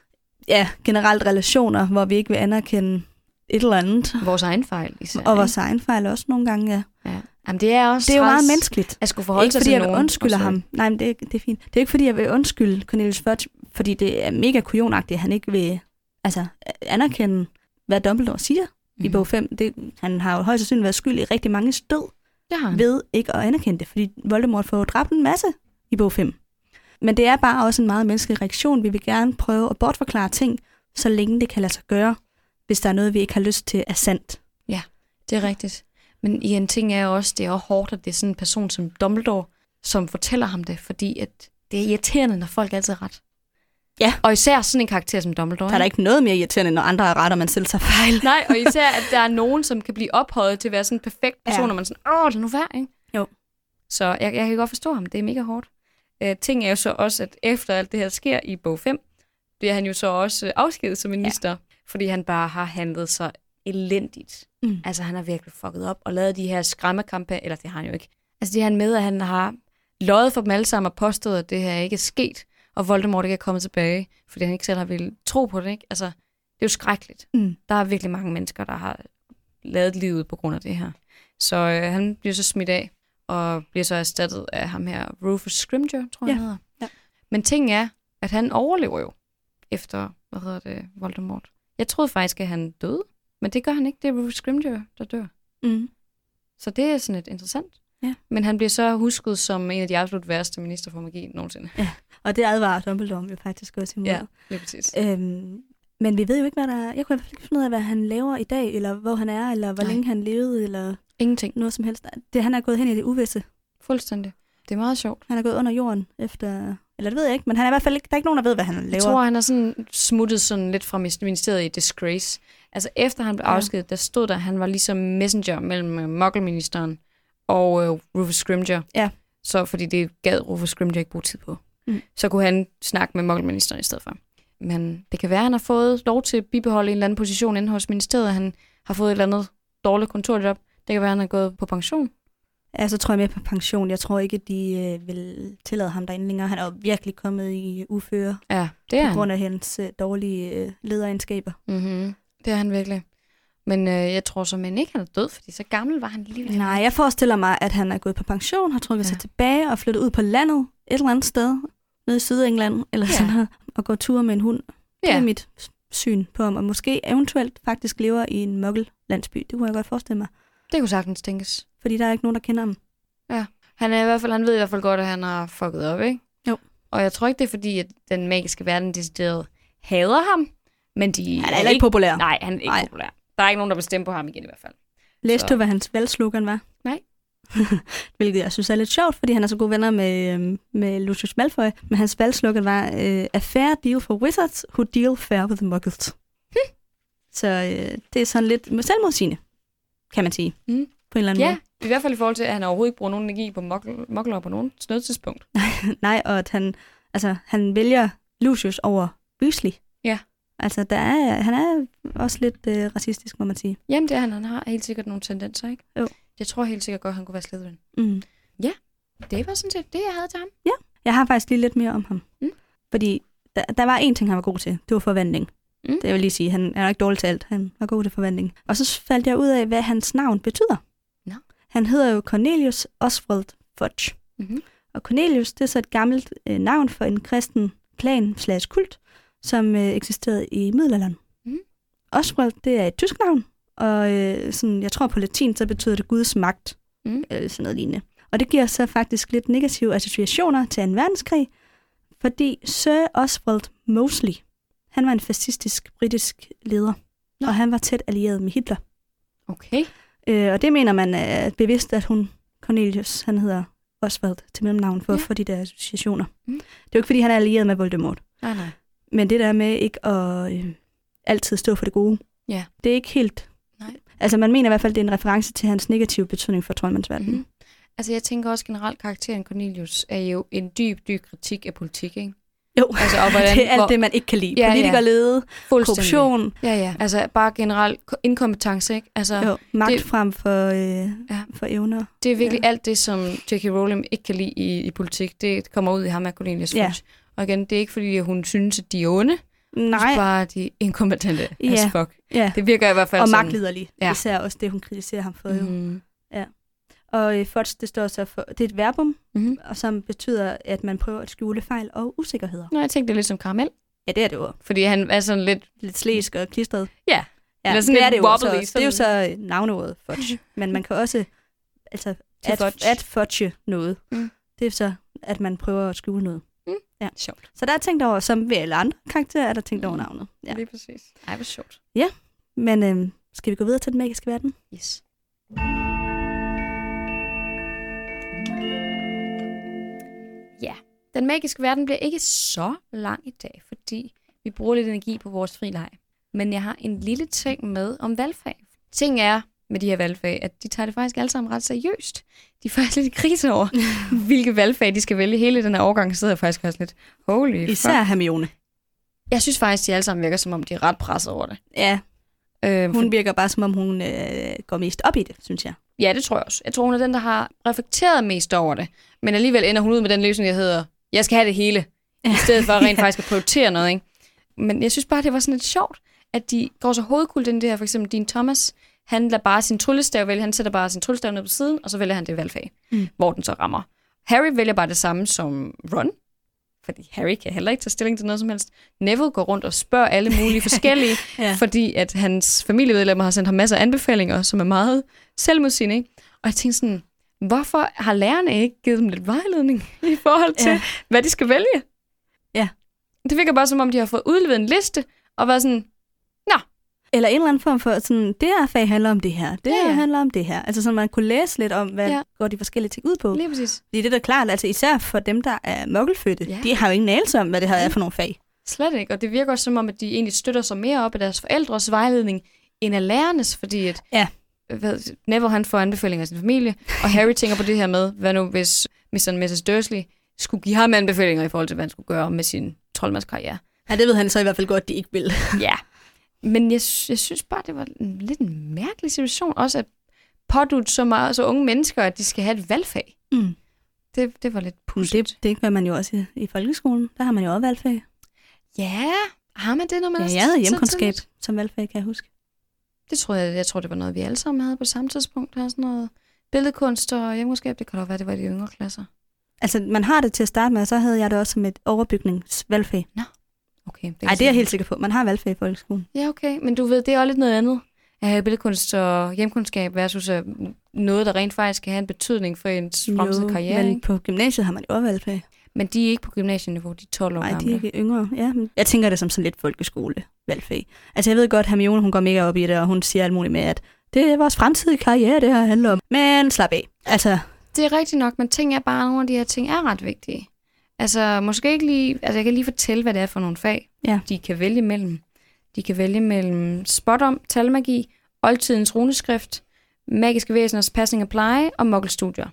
S2: ja, generelt relationer, hvor vi ikke vil anerkende et eller andet.
S1: Vores egen fejl især.
S2: Og
S1: ikke?
S2: vores egen fejl også nogle gange, ja.
S1: Ja. Jamen, det er også
S2: Det er jo
S1: træls
S2: meget menneskeligt.
S1: at skulle forholde
S2: ikke
S1: sig
S2: fordi
S1: til
S2: jeg
S1: nogen.
S2: vil undskylde
S1: Åh, sorry.
S2: ham. Nej, men det, er- det er fint. Det er ikke fordi, jeg vil undskylde Cornelius Fudge, fordi det er mega kujonagtigt, at han ikke vil altså, anerkende, hvad Dumbledore siger mm. i
S1: Mhm.
S2: bog 5. Det, han har jo højst sandsynligt været skyld i rigtig mange stød
S1: Det har han.
S2: ved ikke at anerkende det, fordi Voldemort får jo dræbt en masse i bog 5. Men det er bare også en meget menneskelig reaktion. Vi vil gerne prøve at bortforklare ting, så længe det kan lade sig gøre, hvis der er noget, vi ikke har lyst til er sandt.
S1: Det er rigtigt. Men i en ting er også, det er også hårdt, at det er sådan en person som Dumbledore, som fortæller ham det, fordi at det er irriterende, når folk altid har ret.
S2: Ja.
S1: Og især sådan en karakter som Dumbledore.
S2: Der er der
S1: ikke?
S2: ikke noget mere irriterende, når andre er ret, og man selv tager [LAUGHS] fejl.
S1: Nej, og især, at der er nogen, som kan blive ophøjet til at være sådan en perfekt person,
S2: Ja.
S1: ja. og man er sådan, åh, det er nu værd, ikke?
S2: Jo.
S1: Så jeg, jeg kan godt forstå ham, det er mega hårdt. Øh, ting er jo så også, at efter alt det her sker i bog 5, bliver han jo så også øh, afskediget som minister, ja. fordi han bare har handlet sig elendigt.
S2: Mm.
S1: Altså, han har virkelig fucket op og lavet de her skræmmekampe, eller det har han jo ikke. Altså, det er han med, at han har løjet for dem alle sammen og påstået, at det her ikke er sket, og Voldemort ikke er kommet tilbage, fordi han ikke selv har ville tro på det, ikke? Altså, det er jo skrækkeligt.
S2: Mm.
S1: Der er virkelig mange mennesker, der har lavet livet på grund af det her. Så øh, han bliver så smidt af, og bliver så erstattet af ham her, Rufus Scrimgeour, tror jeg,
S2: Ja,
S1: han hedder.
S2: ja.
S1: Men ting er, at han overlever jo efter, hvad hedder det, Voldemort. Jeg troede faktisk, at han døde, men det gør han ikke. Det er Rufus Scrimgeour, der dør.
S2: Mm.
S1: Så det er sådan lidt interessant.
S2: Ja.
S1: Men han bliver så husket som en af de absolut værste minister for magi nogensinde.
S2: Og det advarer Dumbledore om jo faktisk også imod.
S1: Ja. Lige præcis.
S2: Øhm, men vi ved jo ikke, hvad der er. Jeg kunne i hvert fald ikke finde ud af, hvad han laver i dag, eller hvor han er, eller hvor
S1: Nej.
S2: længe han levede, eller
S1: Ingenting.
S2: noget som helst. Det, han er gået hen i det uvisse.
S1: Fuldstændig. Det er meget sjovt.
S2: Han er gået under jorden efter... Eller det ved jeg ikke, men han er i hvert fald ikke, der er ikke nogen, der ved, hvad han laver.
S1: Jeg tror, han er sådan smuttet sådan lidt fra ministeriet i disgrace. Altså efter han blev
S2: Ja.
S1: afskedet, der stod der, at han var ligesom messenger mellem øh, mokkelministeren og øh, Rufus Scrimgeour.
S2: Ja.
S1: Så fordi det gad Rufus Scrimgeour ikke bruge tid på.
S2: Mm.
S1: Så kunne han snakke med mokkelministeren i stedet for. Men det kan være, at han har fået lov til at bibeholde en eller anden position inde hos ministeriet. Han har fået et eller andet dårligt kontorjob. Det kan være, at han er gået på pension.
S2: Ja, så tror jeg mere på pension. Jeg tror ikke, de øh, vil tillade ham derinde længere. Han er jo virkelig kommet i uføre
S1: Ja, det er
S2: ja.
S1: han.
S2: på grund af hans øh, dårlige øh, lederegenskaber.
S1: Mm-hmm. Det er han virkelig. Men øh, jeg tror så, men ikke han er død, fordi så gammel var han alligevel.
S2: Nej, jeg forestiller mig, at han er gået på pension, har trukket ja. sig
S1: Ja.
S2: tilbage og flyttet ud på landet et eller andet sted, nede i Sydengland eller ja.
S1: Ja.
S2: sådan noget, og går tur med en hund. Det er
S1: Ja,
S2: mit s- syn på ham, og måske eventuelt faktisk lever i en mokkellandsby. Det kunne jeg godt forestille mig,
S1: det kunne sagtens tænkes.
S2: fordi der er ikke nogen, der kender ham.
S1: Han er i hvert fald, han ved i hvert fald godt, at han har fucket op, ikke?
S2: Jo.
S1: Og jeg tror ikke, det er fordi, at den magiske verden decideret hader ham, men de
S2: Han er heller ikke populær.
S1: Nej, han er ikke
S2: Nej.
S1: Nej. populær. Der er ikke nogen, der vil stemme på ham igen i hvert fald.
S2: Læste
S1: så-
S2: du, hvad hans valgslogan var?
S1: Nej.
S2: [LAUGHS] Hvilket jeg synes er lidt sjovt, fordi han er så gode venner med, øhm, med Lucius Malfoy. Men hans valgslogan var, øh, A fair deal for wizards who deal fair with muggles.
S1: Hm.
S2: så øh, det er sådan lidt selvmodsigende, kan man sige.
S1: Mm.
S2: På en eller anden
S1: Ja, i hvert fald i forhold til, at han overhovedet ikke bruger nogen energi på mokkel- mokler på nogen noget tidspunkt.
S2: måde. [LAUGHS] Nej, og at han, altså, han vælger Lucius over Weasley.
S1: Ja.
S2: Altså, der er, han er også lidt øh, racistisk, må man sige.
S1: Jamen, det er han. Han har helt sikkert nogle tendenser, ikke?
S2: Jo.
S1: Jeg tror helt sikkert godt, han kunne være Slytherin.
S2: Mm.
S1: Det var sådan set det, jeg havde til ham.
S2: Jeg har faktisk lige lidt mere om ham. Mm.
S1: Mm.
S2: Fordi der, der var en ting, han var god til. Det var forvandling. Mm.
S1: Mm.
S2: Det vil jeg lige sige. Han er ikke dårlig til alt. Han var god til forvandling. Og så faldt jeg ud af, hvad hans navn betyder.
S1: Nå.
S2: Han hedder jo Cornelius Oswald Fudge.
S1: Mhm.
S2: Og Cornelius, det er så et gammelt øh, navn for en kristen klan slash kult, som øh, eksisterede i middelalderen. Mm.
S1: Mhm.
S2: Oswald, det er et tysk navn, og øh, sådan, jeg tror på latin, så betyder det Guds magt, mm.
S1: Mhm.
S2: eller sådan noget lignende. Og det giver så faktisk lidt negative associationer til 2. verdenskrig, fordi Sir Oswald Mosley, han var en fascistisk britisk leder,
S1: Nå.
S2: og han var tæt allieret med Hitler.
S1: Okay.
S2: Øh, og det mener man er bevidst, at hun, Cornelius, han hedder Oswald til mellemnavn, for ja. at
S1: Ja.
S2: få de der associationer. Mm.
S1: Mm.
S2: Det er jo ikke, fordi han er allieret med Voldemort.
S1: Nej, nej.
S2: Men det der med ikke at øh, altid stå for det gode,
S1: Ja.
S2: det er ikke helt...
S1: Nej.
S2: Altså, man mener i hvert fald, det er en reference til hans negative betydning for troldmandsverdenen.
S1: Mm-hmm. Altså, jeg tænker også generelt, karakteren Cornelius er jo en dyb, dyb kritik af politik, ikke?
S2: Jo,
S1: Altså, og hvordan,
S2: [LAUGHS] det er alt
S1: hvor-
S2: det, man ikke kan lide. Ja,
S1: Ja, ja.
S2: Politikerlede, ja.
S1: Fuldstændig.
S2: korruption,
S1: Ja, ja. Altså, bare generelt ko- inkompetence, ikke? Altså,
S2: jo, magt det...
S1: Det-
S2: frem for, øh, ja.
S1: Ja.
S2: for evner.
S1: det er virkelig ja. alt det, som J.K. Rowling ikke kan lide i, i politik, det kommer ud i ham af Cornelius
S2: Ja.
S1: Fudge. Og igen, det er ikke fordi, at hun synes, at de er onde, Nej.
S2: Nej,
S1: Bare de inkompetente yeah.
S2: Ja.
S1: as fuck.
S2: ja.
S1: Det virker i hvert fald
S2: Og
S1: sådan.
S2: magtliderlig.
S1: Ja.
S2: Ja. Især også det, hun kritiserer ham for. Mm.
S1: Mm.
S2: Og øh, FODS, det står så for, det er et verbum,
S1: Mm-hmm.
S2: og som betyder, at man prøver at skjule fejl og usikkerheder.
S1: Nå, jeg tænkte det er lidt som karamel.
S2: Ja, det er det jo.
S1: Fordi han er sådan lidt...
S2: Lidt slæsk og klistret.
S1: Ja.
S2: ja
S1: Eller sådan
S2: det er
S1: lidt
S2: det, jo så
S1: wobbly,
S2: også. det er jo så øh, navneordet
S1: [LAUGHS]
S2: fudge. Men man kan også altså,
S1: Til
S2: at,
S1: fudge.
S2: at fudge noget.
S1: Mm.
S2: Mm. Det er så, at man prøver at skjule noget.
S1: Sjovt.
S2: Så der er tænkt over, som ved alle andre karakterer, er der tænkt over
S1: Mm.
S2: navnet. Ja.
S1: Lige præcis. Ej, hvor sjovt.
S2: Men øh, skal vi gå videre til den magiske verden?
S1: Yes. Ja, den magiske verden bliver ikke så lang i dag, fordi vi bruger lidt energi på vores frileg. Men jeg har en lille ting med om valgfag. Ting er med de her valgfag, at de tager det faktisk alle sammen ret seriøst. De er [LAUGHS] faktisk lidt i krise
S2: [LAUGHS]
S1: over, hvilke valgfag de skal vælge. Hele den her årgang sidder jeg faktisk også lidt, holy fuck.
S2: Især Hermione.
S1: Jeg synes faktisk, de alle sammen virker, som om de er ret presset over det.
S2: Ja,
S1: Øh,
S2: hun virker bare, som om hun øh, går mest op i det, synes jeg.
S1: Ja, det tror jeg også. Jeg tror, hun er den, der har reflekteret mest over det. Men alligevel ender hun ud med den løsning, der hedder, jeg skal have det hele, i stedet for
S2: [LAUGHS]
S1: rent faktisk at prioritere noget. Ikke? Men jeg synes bare, det var sådan lidt sjovt, at de går så hovedkult ind i det her. For eksempel din Thomas, han lader bare sin tryllestav vælge. Han sætter bare sin tryllestav ned på siden, og så vælger han det valgfag, mm.
S2: Mm.
S1: hvor den så rammer. Harry vælger bare det samme som Ron, fordi Harry kan heller ikke tage stilling til noget som helst. Neville går rundt og spørger alle
S2: [LAUGHS]
S1: mulige forskellige, ja.
S2: Ja.
S1: fordi at hans familiemedlemmer har sendt ham masser af anbefalinger, som er meget selvmodsigende. Ikke? Og jeg tænkte sådan, hvorfor har lærerne ikke givet dem lidt vejledning [LAUGHS] i forhold til, ja.
S2: Ja.
S1: hvad de skal vælge?
S2: Ja.
S1: Det virker bare, som om de har fået udleveret en liste, og været sådan,
S2: Eller en eller anden form for sådan, det her fag handler om det her, det
S1: Ja,
S2: her
S1: ja.
S2: handler om det her. Altså så man kunne læse lidt om, hvad
S1: Ja.
S2: ja. går de forskellige ting ud på.
S1: lige præcis,
S2: Fordi det er da klart, altså især for dem, der er mokkelfødte,
S1: Ja.
S2: ja. de har jo ingen anelse om, hvad det her
S1: Ja.
S2: er for nogle fag.
S1: slet ikke. Og det virker også, som om, at de egentlig støtter sig mere op af deres forældres vejledning, end af lærernes, fordi at øh,
S2: Ja.
S1: hvad, Neville han får anbefalinger af sin familie, og Harry tænker på det her med, hvad nu hvis Mr. og Mrs. Dursley skulle give ham anbefalinger i forhold til, hvad han skulle gøre med sin troldmandskarriere.
S2: Ja, det ved han så i hvert fald godt, de ikke vil.
S1: Ja, men jeg, sy- jeg synes bare, det var en, lidt en mærkelig situation også, at pådute så meget så unge mennesker, at de skal have et valgfag.
S2: Mm.
S1: Det, det var lidt pudsigt.
S2: Det, det gør man jo også i, i folkeskolen. Der har man jo også valgfag.
S1: Ja, har man det, når man
S2: Ja,
S1: er
S2: jeg havde
S1: så
S2: hjemkundskab
S1: tidligt?
S2: som valgfag, kan jeg huske.
S1: Det tror jeg, jeg tror, det var noget, vi alle sammen havde på samme tidspunkt. Der er sådan noget billedkunst og hjemkundskab. Det kan godt være, det var i de yngre klasser.
S2: Altså, man har det til at starte med, og så havde jeg det også som et overbygningsvalgfag.
S1: Okay.
S2: Nej, det er jeg helt sikker på. Man har valgfag i folkeskolen.
S1: Ja, okay. Men du ved, det er også lidt noget andet. At have billedkunst og hjemkundskab versus øh, noget, der rent faktisk kan have en betydning for ens fremtidige karriere.
S2: men
S1: ikke?
S2: på gymnasiet har man jo også valgfag.
S1: Men de er ikke på gymnasieniveau, de er 12 år
S2: Nej, de
S1: gamle.
S2: er ikke yngre. Ja, men jeg tænker det som sådan lidt folkeskole valgfag. Altså jeg ved godt, Hermione hun går mega op i det, og hun siger alt muligt med, at det er vores fremtidige karriere, det her handler om. Men slap af. Altså,
S1: Det er rigtigt nok, men ting er bare, nogle af de her ting er ret vigtige. Altså, måske ikke lige, altså jeg kan lige fortælle, hvad det er for nogle fag,
S2: Ja.
S1: de kan vælge mellem. De kan vælge mellem spådom, talmagi, oldtidens runeskrift, magiske væseners passning og pleje og mokkelstudier.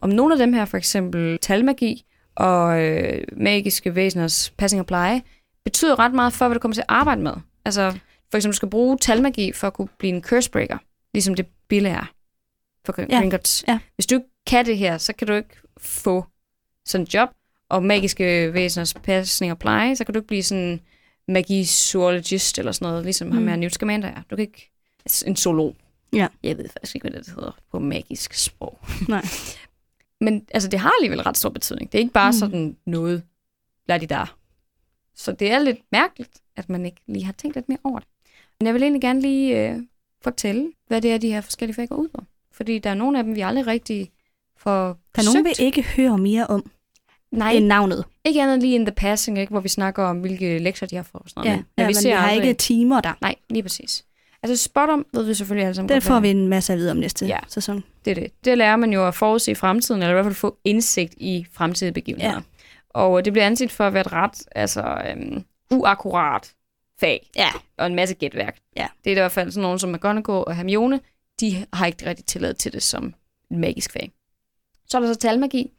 S1: Om nogle af dem her, for eksempel talmagi og øh, magiske væseners passning og pleje, betyder ret meget for, hvad du kommer til at arbejde med. Altså, for eksempel, du skal bruge talmagi for at kunne blive en cursebreaker, ligesom det Bille er for Gr-
S2: Ja.
S1: Gringotts hvis du ikke kan det her, så kan du ikke få sådan et job. Og magiske væseners pasning og pleje, så kan du ikke blive sådan magizoologist eller sådan noget, ligesom mm. ham
S2: Mm.
S1: her Newt Scamander er. Du kan ikke... altså, En zoolog.
S2: Ja.
S1: Jeg ved faktisk ikke, hvad det hedder på magisk sprog.
S2: Nej.
S1: [LAUGHS] Men altså, det har alligevel ret stor betydning. Det er ikke bare mm.
S2: Mm.
S1: sådan noget, lad de der. Så det er lidt mærkeligt, at man ikke lige har tænkt lidt mere over det. Men jeg vil egentlig gerne lige øh, fortælle, hvad det er, de her forskellige fag går ud på. Fordi der er nogle af dem, vi aldrig rigtig får
S2: der er nogen, vi ikke hører mere om
S1: Nej,
S2: end navnet.
S1: ikke andet lige in the passing, ikke, hvor vi snakker om, hvilke lektier de har for og sådan noget.
S2: Ja,
S1: men-
S2: ja,
S1: men vi
S2: men vi
S1: ser
S2: har
S1: aldrig-
S2: ikke timer der.
S1: Nej, lige præcis. Altså spot om ved vi selvfølgelig alle sammen.
S2: Den
S1: godt,
S2: får
S1: hvad
S2: vi en masse at vide om næste
S1: Ja.
S2: ja. sæson.
S1: det er det. Det lærer man jo at forudse i fremtiden, eller i hvert fald få indsigt i fremtidige begivenheder. Ja.
S2: Ja.
S1: Og øh, det bliver anset for at være et ret altså, øhm, uakkurat fag,
S2: Ja.
S1: og en masse gætværk.
S2: Ja.
S1: Det er i hvert fald sådan nogen som McGonagall og Hermione, de har ikke rigtig tillid til det som et magisk fag. Så er der så talmagi.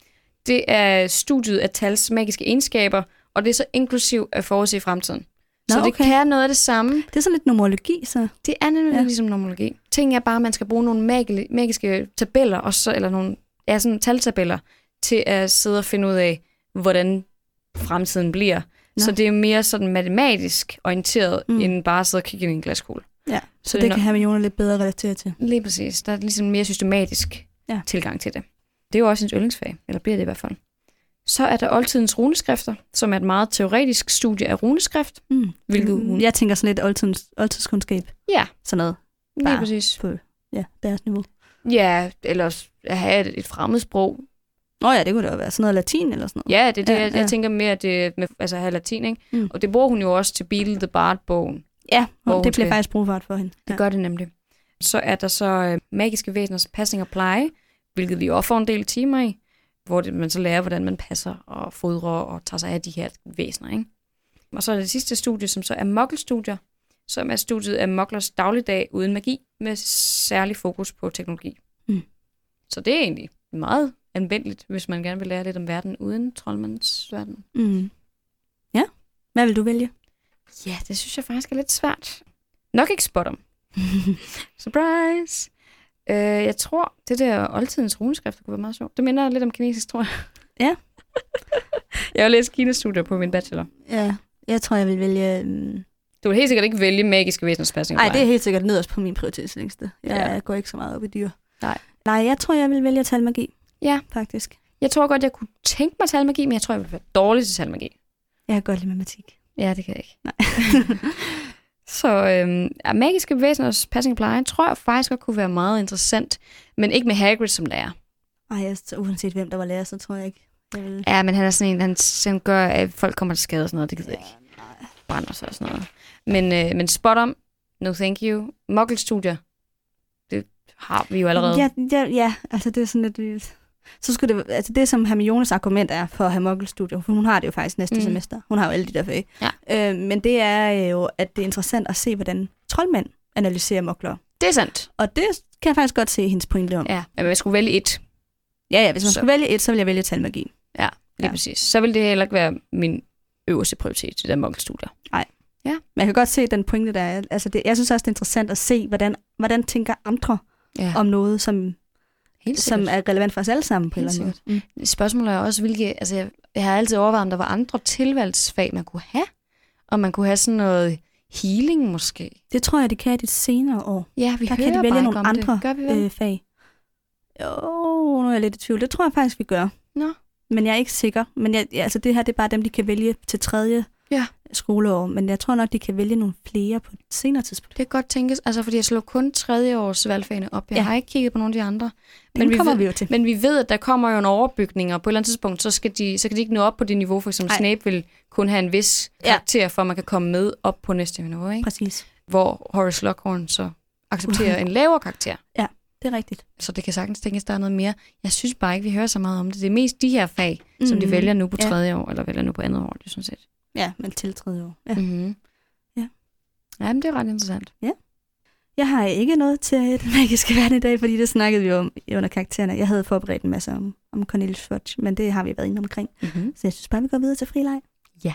S1: Det er studiet af tals magiske egenskaber, og det er så inklusiv at forudse fremtiden.
S2: Nå,
S1: så det
S2: okay.
S1: kan noget af det samme,
S2: Det er sådan lidt numerologi, så.
S1: det er nemlig ja.
S2: Ja.
S1: ligesom nomologi. Ting er bare, at man skal bruge nogle magi- magiske tabeller, og så, eller nogle ja, sådan taltabeller, til at sidde og finde ud af, hvordan fremtiden bliver. Nå. Så det er mere sådan matematisk orienteret,
S2: Mm.
S1: mm. end bare at sidde og kigge ind i en glaskugle.
S2: Ja, så
S1: det
S2: det
S1: er
S2: kan Hermione lidt bedre relatere til.
S1: Lige præcis. Der er ligesom en mere systematisk
S2: Ja.
S1: ja. tilgang til det. Det er jo også ens yndlingsfag, eller bliver det i hvert fald. Så er der oldtidens runeskrifter, som er et meget teoretisk studie af runeskrift.
S2: Mm.
S1: Hvilket hun-
S2: Jeg tænker sådan lidt oldtids, oldtidskundskab.
S1: Ja.
S2: Sådan noget.
S1: Lige
S2: Bare.
S1: præcis.
S2: Ja, deres niveau.
S1: Ja, eller at have et, et fremmedsprog.
S2: Nå ja, det kunne da være sådan noget latin eller sådan noget.
S1: Ja, det er det,
S2: Ja,
S1: ja, jeg,
S2: ja.
S1: ja. jeg tænker mere, at det er med, altså at have latin, ikke?
S2: Mm.
S1: Mm. Og det bruger hun jo også til Beetle the Bard-bogen.
S2: Ja,
S1: Hvor
S2: og
S1: hun
S2: det bliver
S1: skal-
S2: faktisk brugvart for hende.
S1: Det
S2: ja.
S1: gør det nemlig. Så er der så øh, magiske væseners pasning og pleje, hvilket vi også får en del timer i, hvor det, man så lærer, hvordan man passer og fodrer og tager sig af de her væsener. Ikke? Og så er det sidste studie, som så er mokkelstudier, som er studiet af moklers dagligdag uden magi, med særlig fokus på teknologi.
S2: Mm.
S1: Så det er egentlig meget anvendeligt, hvis man gerne vil lære lidt om verden uden troldmandsverden.
S2: Mm. Ja, hvad vil du vælge?
S1: Ja, det synes jeg faktisk er lidt svært. Nok ikke spot om. [LAUGHS] Surprise! Øh, jeg tror, det der oldtidens runeskrifter kunne være meget sjovt. Det minder lidt om kinesisk, tror [LAUGHS] jeg.
S2: Ja.
S1: jeg har læst kinestudier på min bachelor.
S2: Ja, jeg tror, jeg vil vælge... mm,
S1: Du vil helt sikkert ikke vælge magiske væseners pasning.
S2: Nej, det er helt sikkert nederst på min prioriteringsliste. Jeg ja.
S1: Ja.
S2: går ikke så meget op i dyr.
S1: Nej.
S2: Nej, jeg tror, jeg vil vælge talmagi.
S1: Ja.
S2: Faktisk.
S1: Jeg tror godt, jeg kunne tænke mig talmagi, men jeg tror, jeg ville være dårlig til talmagi.
S2: Jeg kan godt lide matematik.
S1: Ja, det kan jeg ikke.
S2: Nej.
S1: [LAUGHS] Så øhm, ja, magiske væseners passing og pleje, tror jeg faktisk godt kunne være meget interessant, men ikke med Hagrid som lærer.
S2: Ej, jeg, så uanset hvem der var lærer, så tror jeg ikke, jeg vil...
S1: Ja, men han er sådan en, han, han gør, at folk kommer til skade og sådan noget. Det gider jeg ikke. Brænder sig og sådan noget. Men, øh, men spot om. No thank you. Mokkelstudier. Det har vi jo allerede.
S2: Ja, ja, ja, altså det er sådan lidt... vildt. Så skulle det, altså det, som Hermiones argument er for at have mokkelstudier, for hun har det jo faktisk næste mm.
S1: Mm.
S2: semester. Hun har jo alle de der fag.
S1: Ja.
S2: Øh, men det er jo, at det er interessant at se, hvordan troldmænd analyserer mokler.
S1: Det er sandt.
S2: Og det kan jeg faktisk godt se hendes pointe om.
S1: Ja, men man skulle vælge et.
S2: Ja, ja, hvis man
S1: Så-
S2: skulle vælge et, så ville jeg vælge talmagi.
S1: Lige
S2: Ja.
S1: ja. præcis. Så vil det heller ikke være min øverste prioritet, det der mokkelstudier.
S2: Man kan godt se den pointe, der er. Altså det, jeg synes også, det er interessant at se, hvordan, hvordan tænker andre
S1: Ja,
S2: om noget, som,
S1: helt
S2: som
S1: sikkert.
S2: er relevant for os alle sammen på en
S1: Helt
S2: eller anden måde. Mm.
S1: Spørgsmålet er også, hvilke... Altså, jeg, jeg har altid overvejet, om der var andre tilvalgsfag, man kunne have. Om man kunne have sådan noget healing måske.
S2: Det tror jeg, det kan i de senere år.
S1: Ja, vi
S2: Der kan
S1: hører
S2: de vælge
S1: bare ikke
S2: nogle
S1: om
S2: andre,
S1: det. Gør vi vel?
S2: øh, fag? Jo, nu er jeg lidt i tvivl. Det tror jeg faktisk, vi gør.
S1: Nå.
S2: Men jeg er ikke sikker. Men jeg, ja, altså det her, det er bare dem, de kan vælge til tredje
S1: Ja.
S2: skoleår. Men jeg tror nok, de kan vælge nogle flere på et senere tidspunkt.
S1: Det kan godt tænkes, altså fordi jeg slog kun tredje års valgfagene op. Jeg
S2: Ja.
S1: ja. har ikke kigget på nogen af de andre.
S2: Men vi kommer
S1: ved,
S2: vi jo til.
S1: men vi ved, at der kommer jo en overbygning, og på et eller andet tidspunkt, så, skal de, så kan de ikke nå op på det niveau. For eksempel
S2: Ej.
S1: Ej. Snape vil kun have en vis
S2: Ja.
S1: karakter, for at man kan komme med op på næste niveau. Ikke?
S2: Præcis.
S1: Hvor Horace Lockhorn så
S2: [LAUGHS]
S1: accepterer en lavere karakter.
S2: Det er rigtigt.
S1: Så det kan sagtens tænkes, der er noget mere. Jeg synes bare ikke, vi hører så meget om det. Det er mest de her fag, mm. som de
S2: Mhm.
S1: vælger nu på
S2: Ja.
S1: tredje år, eller vælger nu på andet år, det er sådan set.
S2: Ja, men til tredje år. Ja.
S1: Mm-hmm.
S2: Ja.
S1: Ja, men det er ret interessant.
S2: Jeg har ikke noget til den magiske verden i dag, fordi det snakkede vi om under karaktererne. Jeg havde forberedt en masse om, om Cornelius Fudge, men det har vi været inde omkring.
S1: Mm-hmm.
S2: Så jeg synes bare, vi går videre til frileg.
S1: Ja.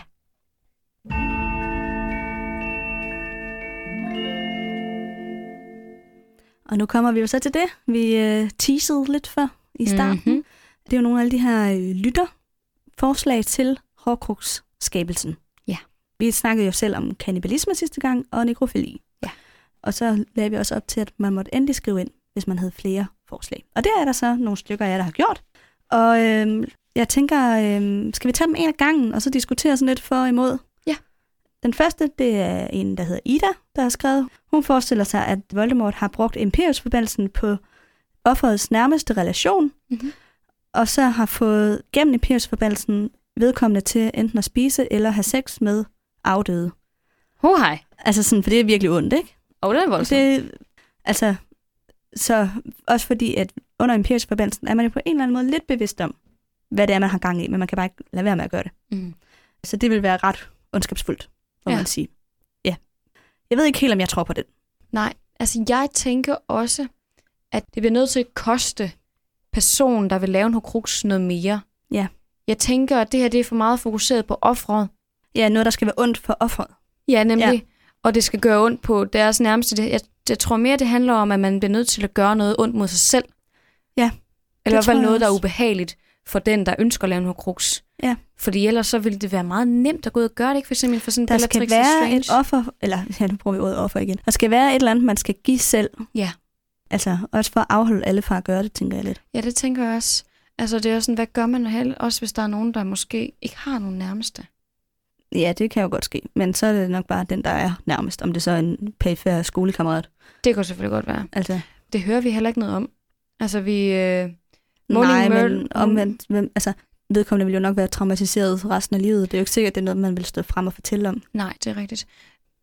S2: Og nu kommer vi jo så til det, vi øh, teasede lidt for i starten. Mm-hmm.
S1: Mhm.
S2: Det er jo nogle af alle de her øh, lytterforslag til Horcrux-skabelsen.
S1: Ja.
S2: Vi snakkede jo selv om kannibalisme sidste gang og nekrofili.
S1: Ja.
S2: Og så lagde vi også op til, at man måtte endelig skrive ind, hvis man havde flere forslag. Og det er der så nogle stykker af jer, der har gjort. Og øhm, jeg tænker, øhm, skal vi tage dem en af gangen, og så diskutere sådan lidt for og imod?
S1: Ja.
S2: Den første, det er en, der hedder Ida, der har skrevet. Hun forestiller sig, at Voldemort har brugt Imperius-forbandelsen på offerets nærmeste relation,
S1: Mhm.
S2: og så har fået gennem Imperius-forbandelsen vedkommende til enten at spise eller have sex med afdøde.
S1: Ho hej.
S2: Altså sådan, for det er virkelig ondt, ikke?
S1: Og det er voldsomt.
S2: Det, altså, så også fordi, at under empirisk forbandelsen er man jo på en eller anden måde lidt bevidst om, hvad det er, man har gang i, men man kan bare ikke lade være med at gøre det.
S1: Mm.
S2: Så det vil være ret ondskabsfuldt, må ja.
S1: Ja.
S2: man sige. Ja. Jeg ved ikke helt, om jeg tror på det.
S1: Nej, altså jeg tænker også, at det bliver nødt til at koste personen, der vil lave en hokrux, noget mere.
S2: Ja.
S1: Jeg tænker, at det her det er for meget fokuseret på offret.
S2: Ja, noget, der skal være ondt for offeret.
S1: Ja, nemlig. Ja. Og det skal gøre ondt på deres nærmeste. Det- Jeg, jeg tror mere, det handler om, at man bliver nødt til at gøre noget ondt mod sig selv.
S2: Ja,
S1: Eller i hvert
S2: tror
S1: fald
S2: jeg
S1: noget, der er
S2: også.
S1: ubehageligt, for den, der ønsker at lave en horcrux.
S2: Ja.
S1: Fordi ellers så ville det være meget nemt at gå ud og gøre det, ikke? For eksempel for sådan en
S2: Der skal
S1: Bellatrix
S2: være
S1: Lestrange.
S2: et offer, eller [LAUGHS] ja, nu bruger vi ordet offer igen. Der skal være et eller andet, man skal give selv.
S1: Ja.
S2: Altså, også for at afholde alle fra at gøre det, tænker jeg lidt.
S1: Ja, det tænker jeg også. Altså, det er også sådan, hvad gør man hel? Også hvis der er nogen, der måske ikke har nogen nærmeste.
S2: Ja, det kan jo godt ske. Men så er det nok bare den, der er nærmest. Om det så er en pæfærd skolekammerat.
S1: Det kunne selvfølgelig godt være.
S2: Altså,
S1: Det hører vi heller ikke noget om. Altså, vi... Øh, Molly
S2: nej, men
S1: Merl-
S2: omvendt. Hvem, altså, vedkommende vil jo nok være traumatiseret resten af livet. Det er jo ikke sikkert, det er noget, man vil stå frem og fortælle om.
S1: Nej, det er rigtigt.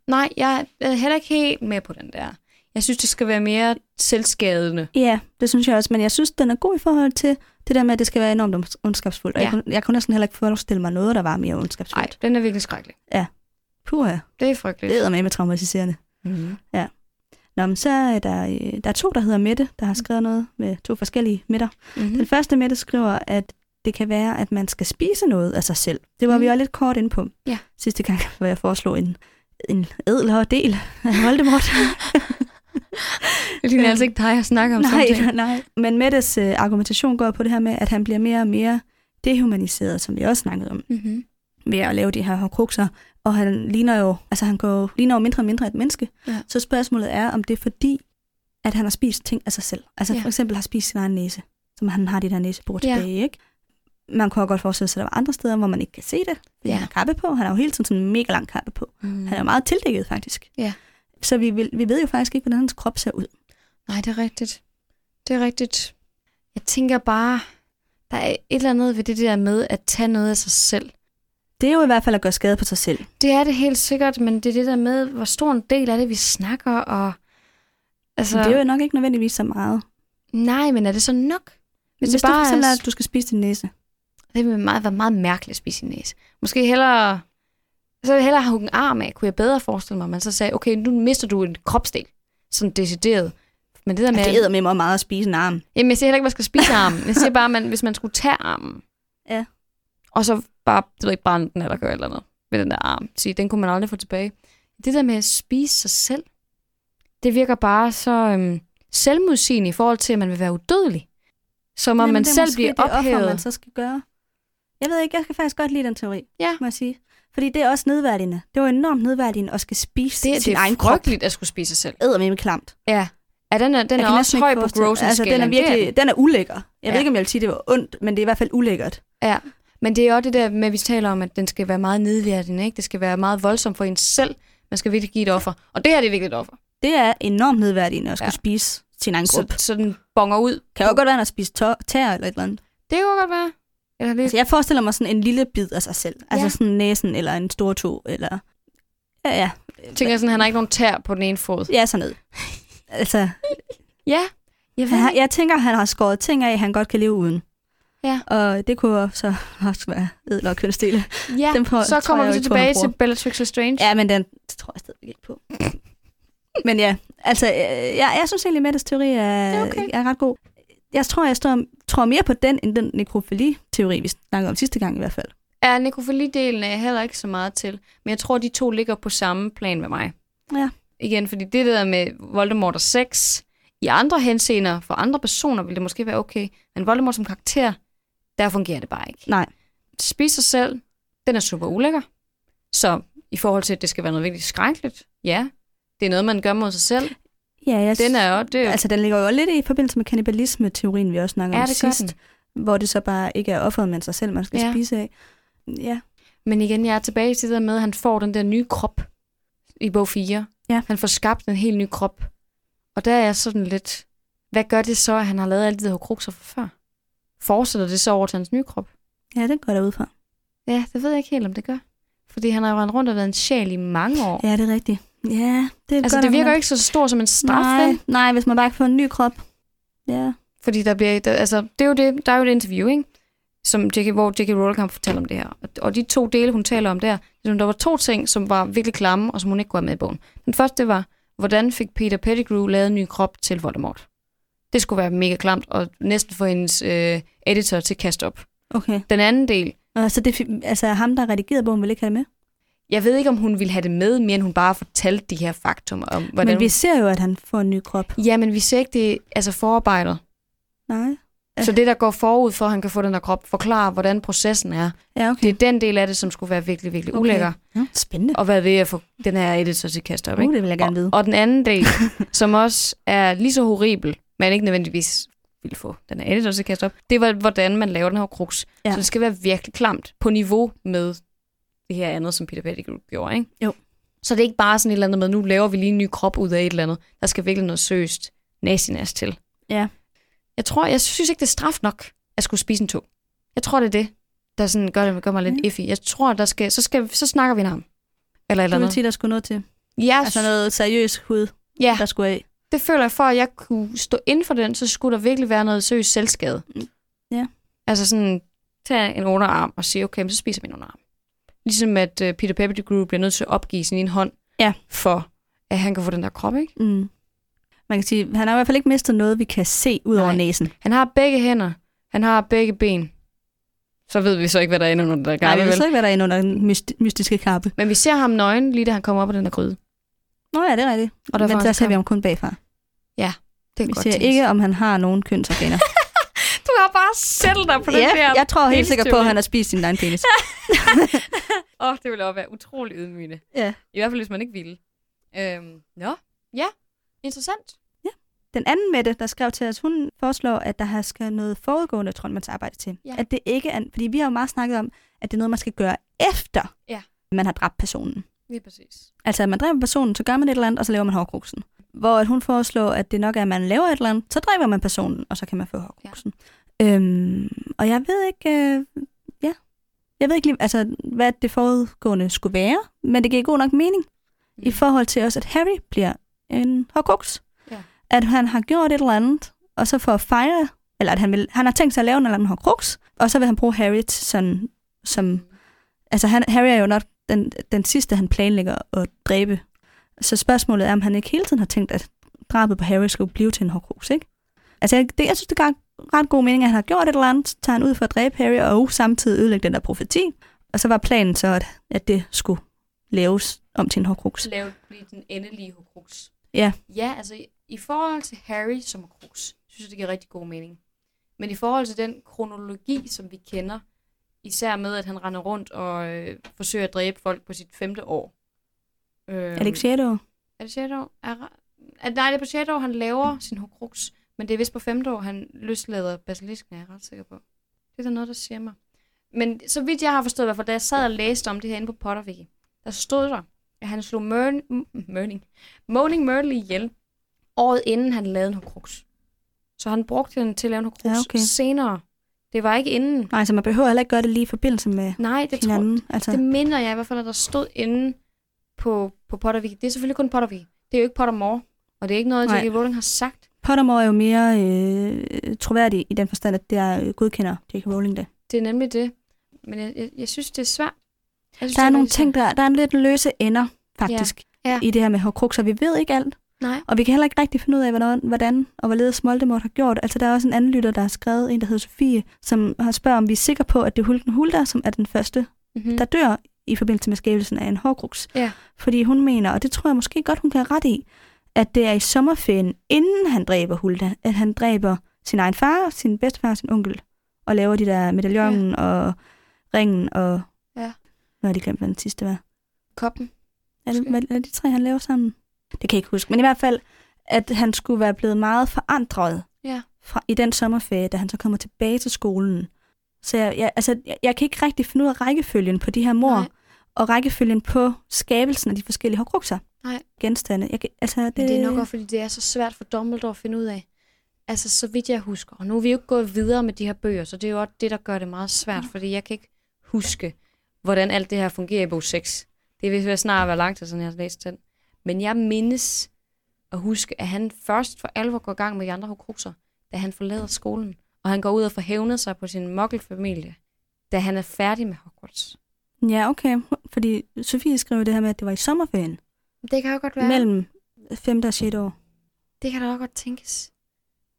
S1: Nej, jeg er heller ikke helt med på den der. Jeg synes, det skal være mere selvskadende.
S2: Ja, det synes jeg også. Men jeg synes, den er god i forhold til det der med, at det skal være enormt onds- ondskabsfuldt. Ja.
S1: Ja.
S2: Jeg, kunne, jeg kunne næsten heller ikke forestille mig noget, der var mere
S1: Nej,
S2: ondskabsfuldt.
S1: den er virkelig skrækkelig.
S2: Puh, ja.
S1: Det er frygteligt.
S2: Det er med med traumatiserende.
S1: Mm-hmm.
S2: Nå, men så er der, øh, der er to, der hedder Mette, der
S1: Mm.
S2: har skrevet noget med to forskellige midter. Den
S1: Mm-hmm.
S2: første Mette skriver, at det kan være, at man skal spise noget af sig selv. Det var mm. vi
S1: Mhm.
S2: jo lidt kort inde på
S1: Ja.
S2: sidste gang, hvor jeg foreslog en, en ædlere del af
S1: [LAUGHS]
S2: Voldemort.
S1: Det ligner altså ikke dig, jeg snakker om
S2: nej,
S1: samtidig.
S2: nej. Men Mettes øh, argumentation går på det her med, at han bliver mere og mere dehumaniseret, som vi også snakkede om,
S1: Mm-hmm.
S2: ved at lave de her hårdkrukser. Og han ligner jo, altså han går, ligner jo mindre og mindre et menneske.
S1: Ja.
S2: Så spørgsmålet er, om det er fordi, at han har spist ting af sig selv. Altså
S1: Ja.
S2: ja. for eksempel har spist sin egen næse, som han har de der næsebord
S1: Ja.
S2: tilbage, ikke? Man kunne jo godt forestille sig, at der var andre steder, hvor man ikke kan se det. Ja.
S1: Ja.
S2: Han har kappe på. Han har jo hele tiden sådan en mega lang kappe på.
S1: Mm.
S2: Mm. Han er jo meget tildækket, faktisk.
S1: Ja.
S2: Så vi, vil- vi ved jo faktisk ikke, hvordan hans krop ser ud.
S1: Nej, det er rigtigt. Det er rigtigt. Jeg tænker bare, der er et eller andet ved det der med at tage noget af sig selv.
S2: Det er jo i hvert fald at gøre skade på sig selv.
S1: Det er det helt sikkert, men det er det der med, hvor stor en del af det, vi snakker, og... Altså,
S2: Så... Det er jo nok ikke nødvendigvis så meget.
S1: Nej, men er det så nok?
S2: Hvis,
S1: det
S2: Hvis bare du
S1: bare
S2: for
S1: er
S2: eksempel,
S1: s-
S2: at du skal spise din næse.
S1: Det ville meget, være meget mærkeligt at spise sin næse. Måske hellere... Så ville jeg hellere hugge en arm af, kunne jeg bedre forestille mig. Man så sagde, okay, nu mister du en kropsdel. Sådan decideret. Men det der med...
S2: Men... Altså, Det æder med mig meget at spise en arm.
S1: Jamen, jeg siger heller ikke, man skal spise armen. Jeg siger bare, man, hvis man skulle tage armen.
S2: Ja.
S1: Og så bare, det ved jeg ikke, brænde den eller gøre et eller andet ved den der arm. Sige, den kunne man aldrig få tilbage. Det der med at spise sig selv, det virker bare så øhm, selvmodsigende i forhold til, at man vil være udødelig. Som om
S2: Jamen,
S1: man
S2: det er
S1: selv
S2: måske
S1: bliver
S2: det
S1: ophævet.
S2: Offer, man så skal gøre. Jeg ved ikke, jeg kan faktisk godt lide den teori,
S1: Ja.
S2: må jeg sige. Fordi det er også nedværdigende. Det er jo enormt nedværdigende at skal spise
S1: Det, er-
S2: sin
S1: det er
S2: egen krop.
S1: frygteligt at skulle spise sig selv.
S2: æder med mig klamt.
S1: Ja. ja den er, den
S2: Jeg
S1: er også
S2: kan næsten ikke
S1: høj på
S2: forestille-
S1: grossen
S2: altså, den er virkelig, den er ulækker. Jeg ja.
S1: Ja.
S2: ved ikke, om jeg vil sige, at det var ondt, men det er i hvert fald ulækkert.
S1: Ja. Men det er også det der med, at vi taler om, at den skal være meget nedværdigende. Ikke? Det skal være meget voldsomt for en selv. Man skal virkelig give et offer. Og det her det er virkelig et offer.
S2: Det er enormt nedværdigende at skulle
S1: Ja.
S2: ja. spise sin egen krop.
S1: Så, så den bonger ud.
S2: Kan jo godt være, at han har spist tå- tær eller et eller andet.
S1: Det kunne godt være. Eller lige...
S2: Altså, jeg forestiller mig sådan en lille bid af sig selv. Altså
S1: Ja.
S2: sådan næsen eller en stor tog, eller... Ja, ja.
S1: jeg tænker sådan, at han har ikke nogen tær på den ene fod.
S2: Ja, sådan noget. Altså,
S1: Ja. Jeg
S2: han
S1: ved
S2: har,
S1: ikke.
S2: jeg tænker, han har skåret ting af, han godt kan leve uden.
S1: Ja.
S2: Og det kunne jo så også være edel og kønsdele.
S1: Ja.
S2: den får-
S1: Så
S2: tror
S1: kommer
S2: jeg
S1: vi
S2: jo
S1: så
S2: ikke på, han
S1: tilbage
S2: bruger.
S1: til Bellatrix Lestrange.
S2: Ja, men den tror jeg stadigvæk ikke på. [LAUGHS] Men ja, altså, øh, jeg, jeg synes egentlig, Mettes teori
S1: Det er
S2: er,
S1: okay.
S2: okay. er ret god. Jeg tror, jeg står, tror mere på den, end den nekrofili-teori, vi snakkede om sidste gang i hvert fald.
S1: Ja, nekrofilidelen er jeg heller ikke så meget til. Men jeg tror, de to ligger på samme plan med mig.
S2: Ja.
S1: Igen, fordi det der med Voldemort og sex, i andre henseender, for andre personer, ville det måske være okay. Men Voldemort som karakter, der fungerer det bare ikke.
S2: Nej.
S1: Spis sig selv, den er super ulækker. Så i forhold til, at det skal være noget virkelig skrækkeligt, ja, det er noget, man gør mod sig selv.
S2: Ja, jeg
S1: Den er jo, det er jo,
S2: Altså, den ligger jo lidt i forbindelse med kannibalisme-teorien, vi også snakkede
S1: ja,
S2: om
S1: det gør
S2: sidst.
S1: den.
S2: hvor det så bare ikke er offeret, men sig selv, man skal
S1: Ja.
S2: ja. spise af. Ja.
S1: Men igen, jeg er tilbage til det der med, at han får den der nye krop i bog 4.
S2: Ja.
S1: Han får skabt en helt ny krop. Og der er jeg sådan lidt, hvad gør det så, at han har lavet alle de der hukrukser for før? Fortsætter det så over til hans nye krop?
S2: ja, den går der ud fra.
S1: Ja, det ved jeg ikke helt, om det gør. Fordi han har jo rendt rundt og været en sjæl i mange år.
S2: Ja, det er rigtigt. Ja, det er
S1: altså,
S2: godt
S1: det virker jo
S2: argument.
S1: ikke så stor som en straf, vel?
S2: Nej, nej, hvis man bare kan få en ny krop. Ja.
S1: Fordi der bliver, der, altså, det er jo det, der er jo et interview, ikke? Som JK, hvor J.K. Rowling kan fortælle om det her. Og- Og de to dele, hun taler om der, ligesom, der var to ting, som var virkelig klamme, og som hun ikke kunne have med i bogen. Den første det var, hvordan fik Peter Pettigrew lavet en ny krop til Voldemort? Det skulle være mega klamt, og næsten få hendes øh, editor til at kaste op.
S2: Okay.
S1: Den anden del,
S2: Og så det, fi- altså, ham, der redigerede bogen, vil ikke have det med.
S1: jeg ved ikke, om hun ville have det med, mere end hun bare fortalte de her faktum om, hvordan...
S2: Men vi ser jo, at han får en ny krop.
S1: Ja, men vi ser ikke det, altså forarbejdet.
S2: Nej.
S1: Så det, der går forud for, at han kan få den her krop, forklarer, hvordan processen er.
S2: Ja,
S1: Det
S2: okay.
S1: er den del af det, som skulle være virkelig, virkelig
S2: Okay.
S1: ulækker.
S2: Spændende.
S1: Og hvad ved jeg få den her editor til kast op,
S2: Uh,
S1: ikke?
S2: det vil jeg gerne vide.
S1: Og, og den anden [LAUGHS] del, som også er lige så horribel, men ikke nødvendigvis vil få den her editor til at kaste op, det var, hvordan man laver den her kruks.
S2: Ja.
S1: Ja. Så det skal være virkelig klamt på niveau med det her andet, som Peter Pettigrew gjorde, ikke?
S2: Jo.
S1: Så det er ikke bare sådan et eller andet med, nu laver vi lige en ny krop ud af et eller andet. Der skal virkelig noget søst nasinæs til.
S2: Ja.
S1: Jeg tror, jeg synes ikke, det er straf nok at skulle spise en to. Jeg tror, det er det, der sådan gør, det, gør mig lidt
S2: Ja.
S1: effig. Jeg tror, der skal, så, skal, så snakker vi en ham. Eller et eller
S2: Du vil
S1: andet.
S2: sige, der skulle noget til.
S1: Jeg
S2: Altså noget seriøst hud,
S1: ja,
S2: der skulle af.
S1: det føler jeg, for at jeg kunne stå inden for den, så skulle der virkelig være noget seriøst selvskade.
S2: Mm. Ja.
S1: Altså sådan, tage en underarm og sige, okay, men så spiser jeg min underarm. Ligesom at uh, Peter Pettigrew bliver nødt til at opgive sin ene hånd,
S2: Ja.
S1: for at han kan få den der krop, ikke?
S2: Mm. Man kan sige, han har i hvert fald ikke mistet noget, vi kan se ud over
S1: Nej.
S2: næsen.
S1: Han har begge hænder, han har begge ben. Så ved vi så ikke, hvad der er inde under den der
S2: Nej, vi
S1: garde,
S2: ved
S1: vel?
S2: slet ikke, hvad der er inde under den myst- mystiske kappe.
S1: Men vi ser ham nøgen, lige da han kommer op af den der gryde.
S2: Nå ja, det er rigtigt.
S1: Og der
S2: Men
S1: får
S2: der
S1: hans
S2: ser vi
S1: kamp.
S2: ham kun bagfra.
S1: Det kan
S2: Vi
S1: godt
S2: ser
S1: tænkes.
S2: ikke, om han har nogen
S1: [LAUGHS]
S2: kønsorganer.
S1: Du har bare selv dig på den der.
S2: jeg tror helt sikkert på, at
S1: penis-teori.
S2: han har spist sin egen penis.
S1: Åh, oh, det ville også være utrolig ydmygende.
S2: ja.
S1: I hvert fald, hvis man ikke ville. Øhm, nå, ja. Interessant.
S2: Den anden Mette, der skrev til os, hun foreslår, at der her skal noget forudgående troldmandsarbejde til.
S1: Ja.
S2: At det ikke er, fordi vi har jo meget snakket om, at det er noget, man skal gøre efter,
S1: Ja.
S2: man har dræbt personen.
S1: Lige præcis.
S2: Altså, at man dræber personen, så gør man et eller andet, og så laver man hårkruksen. Hvor at hun foreslår, at det nok er, at man laver et eller andet, så dræber man personen, og så kan man få hårkruksen. Ja. Øhm, og jeg ved ikke, øh, ja, jeg ved ikke lige, altså, hvad det forudgående skulle være, men det giver god nok mening i forhold til også, at Harry bliver en horcrux.
S1: Ja.
S2: At han har gjort et eller andet, og så for at fejre, eller at han, vil, han har tænkt sig at lave en eller anden horcrux, og så vil han bruge Harry til sådan, som...
S1: Mm.
S2: Altså, han, Harry er jo nok den, den sidste, han planlægger at dræbe. Så spørgsmålet er, om han ikke hele tiden har tænkt, at drabet på Harry skulle blive til en horcrux, ikke? Altså, jeg, det, jeg synes, det gør ret god mening, at han har gjort et eller andet, så tager han ud for at dræbe Harry, og uh, samtidig ødelægge den der profeti. Og så var planen så, at, at det skulle laves om til en horcrux.
S1: Lave blive den endelige hokrux.
S2: Ja.
S1: Ja, altså i- i forhold til Harry som hokrux, synes jeg, det giver rigtig god mening. Men i forhold til den kronologi, som vi kender, især med, at han render rundt og øh, forsøger at dræbe folk på sit femte år. Øh,
S2: Er det ikke sjette år?
S1: Er det sjette år? Er, er, nej, det er på sjette år, han
S2: Mm.
S1: laver sin hokrux. Men det er vist på femte år, han løslader basilisken, er jeg ret sikker på. Det er der noget, der siger mig. Men så vidt jeg har forstået, i hvert fald, da jeg sad og læste om det her inde på Potterviki, der stod der, at han slog Mørn- M- Mørning, Moaning Myrtle ihjel året inden han lavede en hokrux. Så han brugte den til at lave en hokrux
S2: Ja,
S1: ja,
S2: okay.
S1: okay. senere. Det var ikke inden.
S2: Nej, så man behøver heller ikke gøre det lige i forbindelse med
S1: Nej, det tror,
S2: hinanden. altså,
S1: det minder jeg i hvert fald, at der stod inde på, på Pottervik. Det er selvfølgelig kun Pottervik. Det er jo ikke Pottermore. Og det er ikke noget,
S2: Nej.
S1: J.K. Rowling har sagt.
S2: Pottermore er jo mere øh, troværdig i den forstand, at det er øh, godkender J.K. Rowling det.
S1: Det er nemlig det. Men jeg, jeg, jeg synes, det er svært. Jeg synes,
S2: Der
S1: det
S2: er nogle
S1: rigtig
S2: ting, der, der er en lidt løse ender, faktisk,
S1: Ja, ja.
S2: i det her med hårdkrukser. Vi ved ikke alt,
S1: svært. Nej.
S2: og vi kan heller ikke rigtig finde ud af, hvordan, hvordan og hvorledes Voldemort har gjort. Altså, der er også en anden lytter, der har skrevet, en der hedder Sofie, som har spørget, om vi er sikre på, at det er Hulken Hulda, som er den første,
S1: Mm-hmm.
S2: der dør i forbindelse med skabelsen af en hårdgruks.
S1: Ja.
S2: Fordi hun mener, og det tror jeg måske godt, hun kan have ret i, at det er i sommerferien, inden han dræber Hulda, at han dræber sin egen far, sin bedstefar og sin onkel, og laver de der medaljonen ja. og ringen og...
S1: Ja.
S2: Nu har de glemt, hvad den sidste var.
S1: Koppen.
S2: Er det,
S1: Måske.
S2: hvad er de tre, han laver sammen? Det kan jeg ikke huske. Men i hvert fald, at han skulle være blevet meget forandret
S1: Ja.
S2: fra, i den sommerferie, da han så kommer tilbage til skolen. Så jeg, jeg, altså, jeg, jeg kan ikke rigtig finde ud af rækkefølgen på de her mor
S1: Nej.
S2: og rækkefølgen på skabelsen af de forskellige hårdkrukser.
S1: Nej.
S2: Genstande. Jeg, kan- altså, det,
S1: Men det er nok også, fordi det er så svært for Dumbledore at finde ud af. Altså, så vidt jeg husker. Og nu er vi jo ikke gået videre med de her bøger, så det er jo også det, der gør det meget svært, fordi jeg kan ikke huske, hvordan alt det her fungerer i bog 6. Det vil være snart være lang tid, siden jeg har læst den. Men jeg mindes at huske, at han først for alvor går i gang med de andre hukrukser, da han forlader skolen. Og han går ud og får hævnet sig på sin mokkelfamilie, da han er færdig med Hogwarts.
S2: Ja, okay. Fordi Sofie skrev det her med, at det var i sommerferien.
S1: Det kan jo godt
S2: Ja.
S1: være.
S2: Mellem 5. og 6. år.
S1: Det kan da også godt tænkes.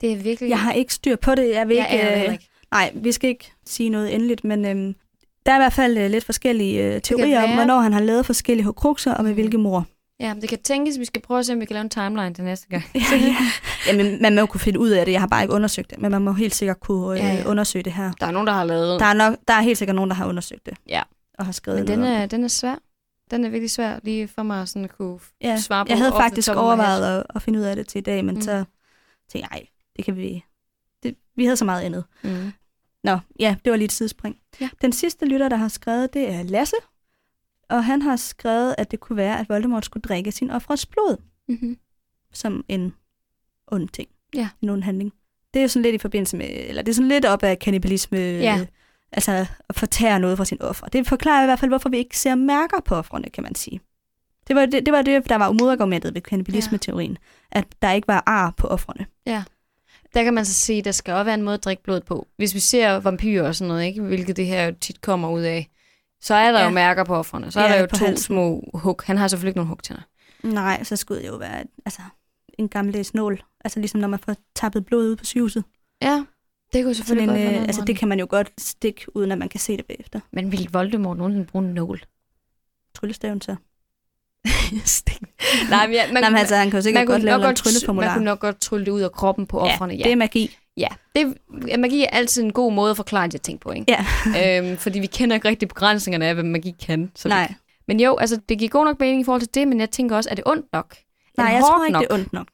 S1: Det er virkelig...
S2: Jeg har ikke styr på det. Jeg vil
S1: jeg
S2: ikke,
S1: aner det
S2: øh,
S1: heller ikke.
S2: Nej, vi skal ikke sige noget endeligt, men øhm, der er i hvert fald øh, lidt forskellige øh,
S1: kan
S2: teorier om,
S1: være-
S2: hvornår han har lavet forskellige hukrukser og med
S1: Mm. [LAUGHS]
S2: hvilke mor.
S1: Ja, men det kan tænkes, at vi skal prøve at se, om vi kan lave en timeline til næste gang.
S2: Ja, ja. Jamen, man må jo kunne finde ud af det. Jeg har bare ikke undersøgt det, men man må helt sikkert kunne øh,
S1: Ja, ja.
S2: undersøge det her.
S1: [LAUGHS] Der er nogen, der har lavet
S2: Der er, nok, der er helt sikkert nogen, der har undersøgt det.
S1: Ja.
S2: Og har skrevet
S1: Men
S2: noget
S1: den
S2: om
S1: er, den er svær. Den er virkelig svær lige for mig sådan at kunne
S2: det. ja.
S1: svare på.
S2: Jeg havde
S1: off the
S2: faktisk
S1: top of my head.
S2: overvejet at, at finde ud af det til i dag, men
S1: Mm.
S2: mm. så tænkte jeg, "Ej, det kan vi... Det, vi havde så meget andet.
S1: Mm.
S2: Nå, ja, det var lige et sidespring.
S1: Ja.
S2: Den sidste lytter, der har skrevet, det er Lasse. Og han har skrevet, at det kunne være, at Voldemort skulle drikke sin offrets blod
S1: Mm-hmm.
S2: som en ond ting.
S1: Ja.
S2: En ond handling. Det er jo sådan lidt i forbindelse med, eller det er sådan lidt op af kannibalisme.
S1: Ja.
S2: Altså at fortære noget fra sin offer. Det forklarer i hvert fald, hvorfor vi ikke ser mærker på offrene, kan man sige. Det var det, det, var det der var modargumentet ved kannibalisme-teorien. At der ikke var ar på offrene.
S1: Der kan man så sige, at der skal også være en måde at drikke blod på. Hvis vi ser vampyrer og sådan noget, ikke? hvilket det her jo tit kommer ud af, så er der ja.
S2: Ja.
S1: jo mærker på offerne. Så er
S2: Ja,
S1: der jo
S2: på
S1: to
S2: halsen.
S1: små hug. Han har selvfølgelig ikke nogen hugtænder.
S2: Nej, så skulle det jo være altså, en gammeldags nål. Altså ligesom når man får tappet blod ud på sygehuset.
S1: Ja, det kunne
S2: Sådan
S1: selvfølgelig
S2: en,
S1: godt være
S2: øh,
S1: noget
S2: altså det kan man jo godt stikke, uden at man kan se det bagefter.
S1: Men ville Voldemort nogensinde bruge en nål?
S2: Tryllestaven så.
S1: [LAUGHS] Stik. Nej, men ja, man,
S2: Man, Nej, men altså, han kan jo sikkert godt lave
S1: nok
S2: en
S1: man
S2: trylleformular.
S1: kunne nok godt trylle det ud af kroppen på offerne.
S2: ja, det er magi.
S1: Ja, det, ja, magi er altid en god måde at forklare de her ting på, ikke?
S2: Ja.
S1: øhm, fordi vi kender ikke rigtig begrænsningerne af, hvad magi kan. Så vi-
S2: Nej,
S1: Men jo, altså, det giver god nok mening i forhold til det, men jeg tænker også, er det ondt nok? Er
S2: Nej
S1: det
S2: jeg
S1: hårdt
S2: tror ikke,
S1: nok?
S2: det er ondt nok.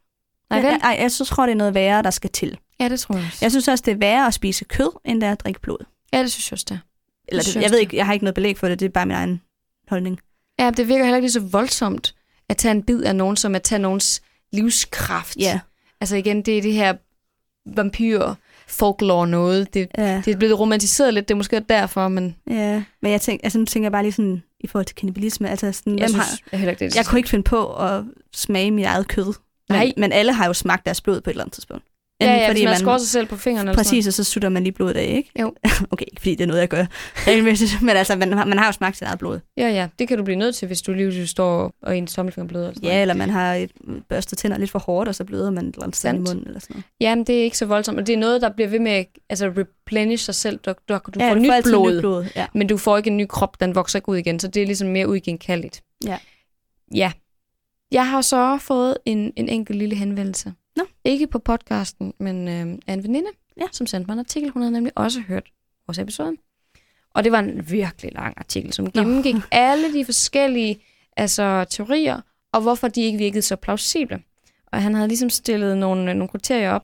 S1: Nej, vel?
S2: jeg, jeg, jeg så tror, det er noget værre, der skal til.
S1: Ja, det tror jeg også.
S2: Jeg synes også, det er værre at spise kød, end det er at drikke blod.
S1: Ja, det synes jeg også, det er.
S2: Eller det,
S1: synes
S2: jeg ved
S1: jeg.
S2: ikke, jeg har ikke noget belæg for det, det er bare min egen holdning.
S1: Ja, det virker heller ikke lige så voldsomt at tage en bid af nogen, som at tage nogens livskraft.
S2: Ja.
S1: Altså igen, det er det her vampyr folklore noget. Det,
S2: ja.
S1: det er blevet romantiseret lidt, det er måske derfor, men
S2: ja. Men jeg tænker, altså, nu tænker jeg bare lige sådan, i forhold til kannibalisme, altså sådan,
S1: jeg
S2: hvem
S1: synes
S2: har,
S1: jeg heller ikke, det er
S2: jeg kunne ikke finde på at smage mit eget kød. Men,
S1: Nej.
S2: men alle har jo smagt deres blod på et eller andet tidspunkt.
S1: Ja,
S2: Enten
S1: ja, fordi man, man skår sig selv på fingrene. eller sådan
S2: Præcis, og så sutter man lige blodet af, ikke?
S1: Jo.
S2: [LAUGHS] okay, ikke fordi det er noget, jeg gør regelmæssigt, men altså, man har, man har jo smagt sit eget blod.
S1: noget. Ja, ja, det kan du blive nødt til, hvis du lige står og ens tommelfinger bløder. Eller sådan
S2: Ja, eller man har et børstet tænder lidt for hårdt, og så bløder man et eller andet sted i
S1: Sandt.
S2: munden eller sådan noget.
S1: Ja, men det er ikke så voldsomt, og det er noget, der bliver ved med at altså, replenish sig selv. Du, du, du
S2: ja,
S1: får nyt
S2: altid
S1: blod,
S2: nyt blod. Ja.
S1: men du får ikke en ny krop, den vokser ikke ud igen, så det er ligesom mere uigenkaldeligt.
S2: Ja.
S1: Ja. Jeg har så fået en, en enkelt lille henvendelse.
S2: Nå.
S1: Ikke på podcasten, men øh, af en veninde,
S2: Ja.
S1: som sendte mig en artikel. Hun havde nemlig også hørt vores episode. Og det var en virkelig lang artikel, som
S2: [LAUGHS]
S1: gennemgik alle de forskellige altså, teorier, og hvorfor de ikke virkede så plausible. Og han havde ligesom stillet nogle, nogle kriterier op.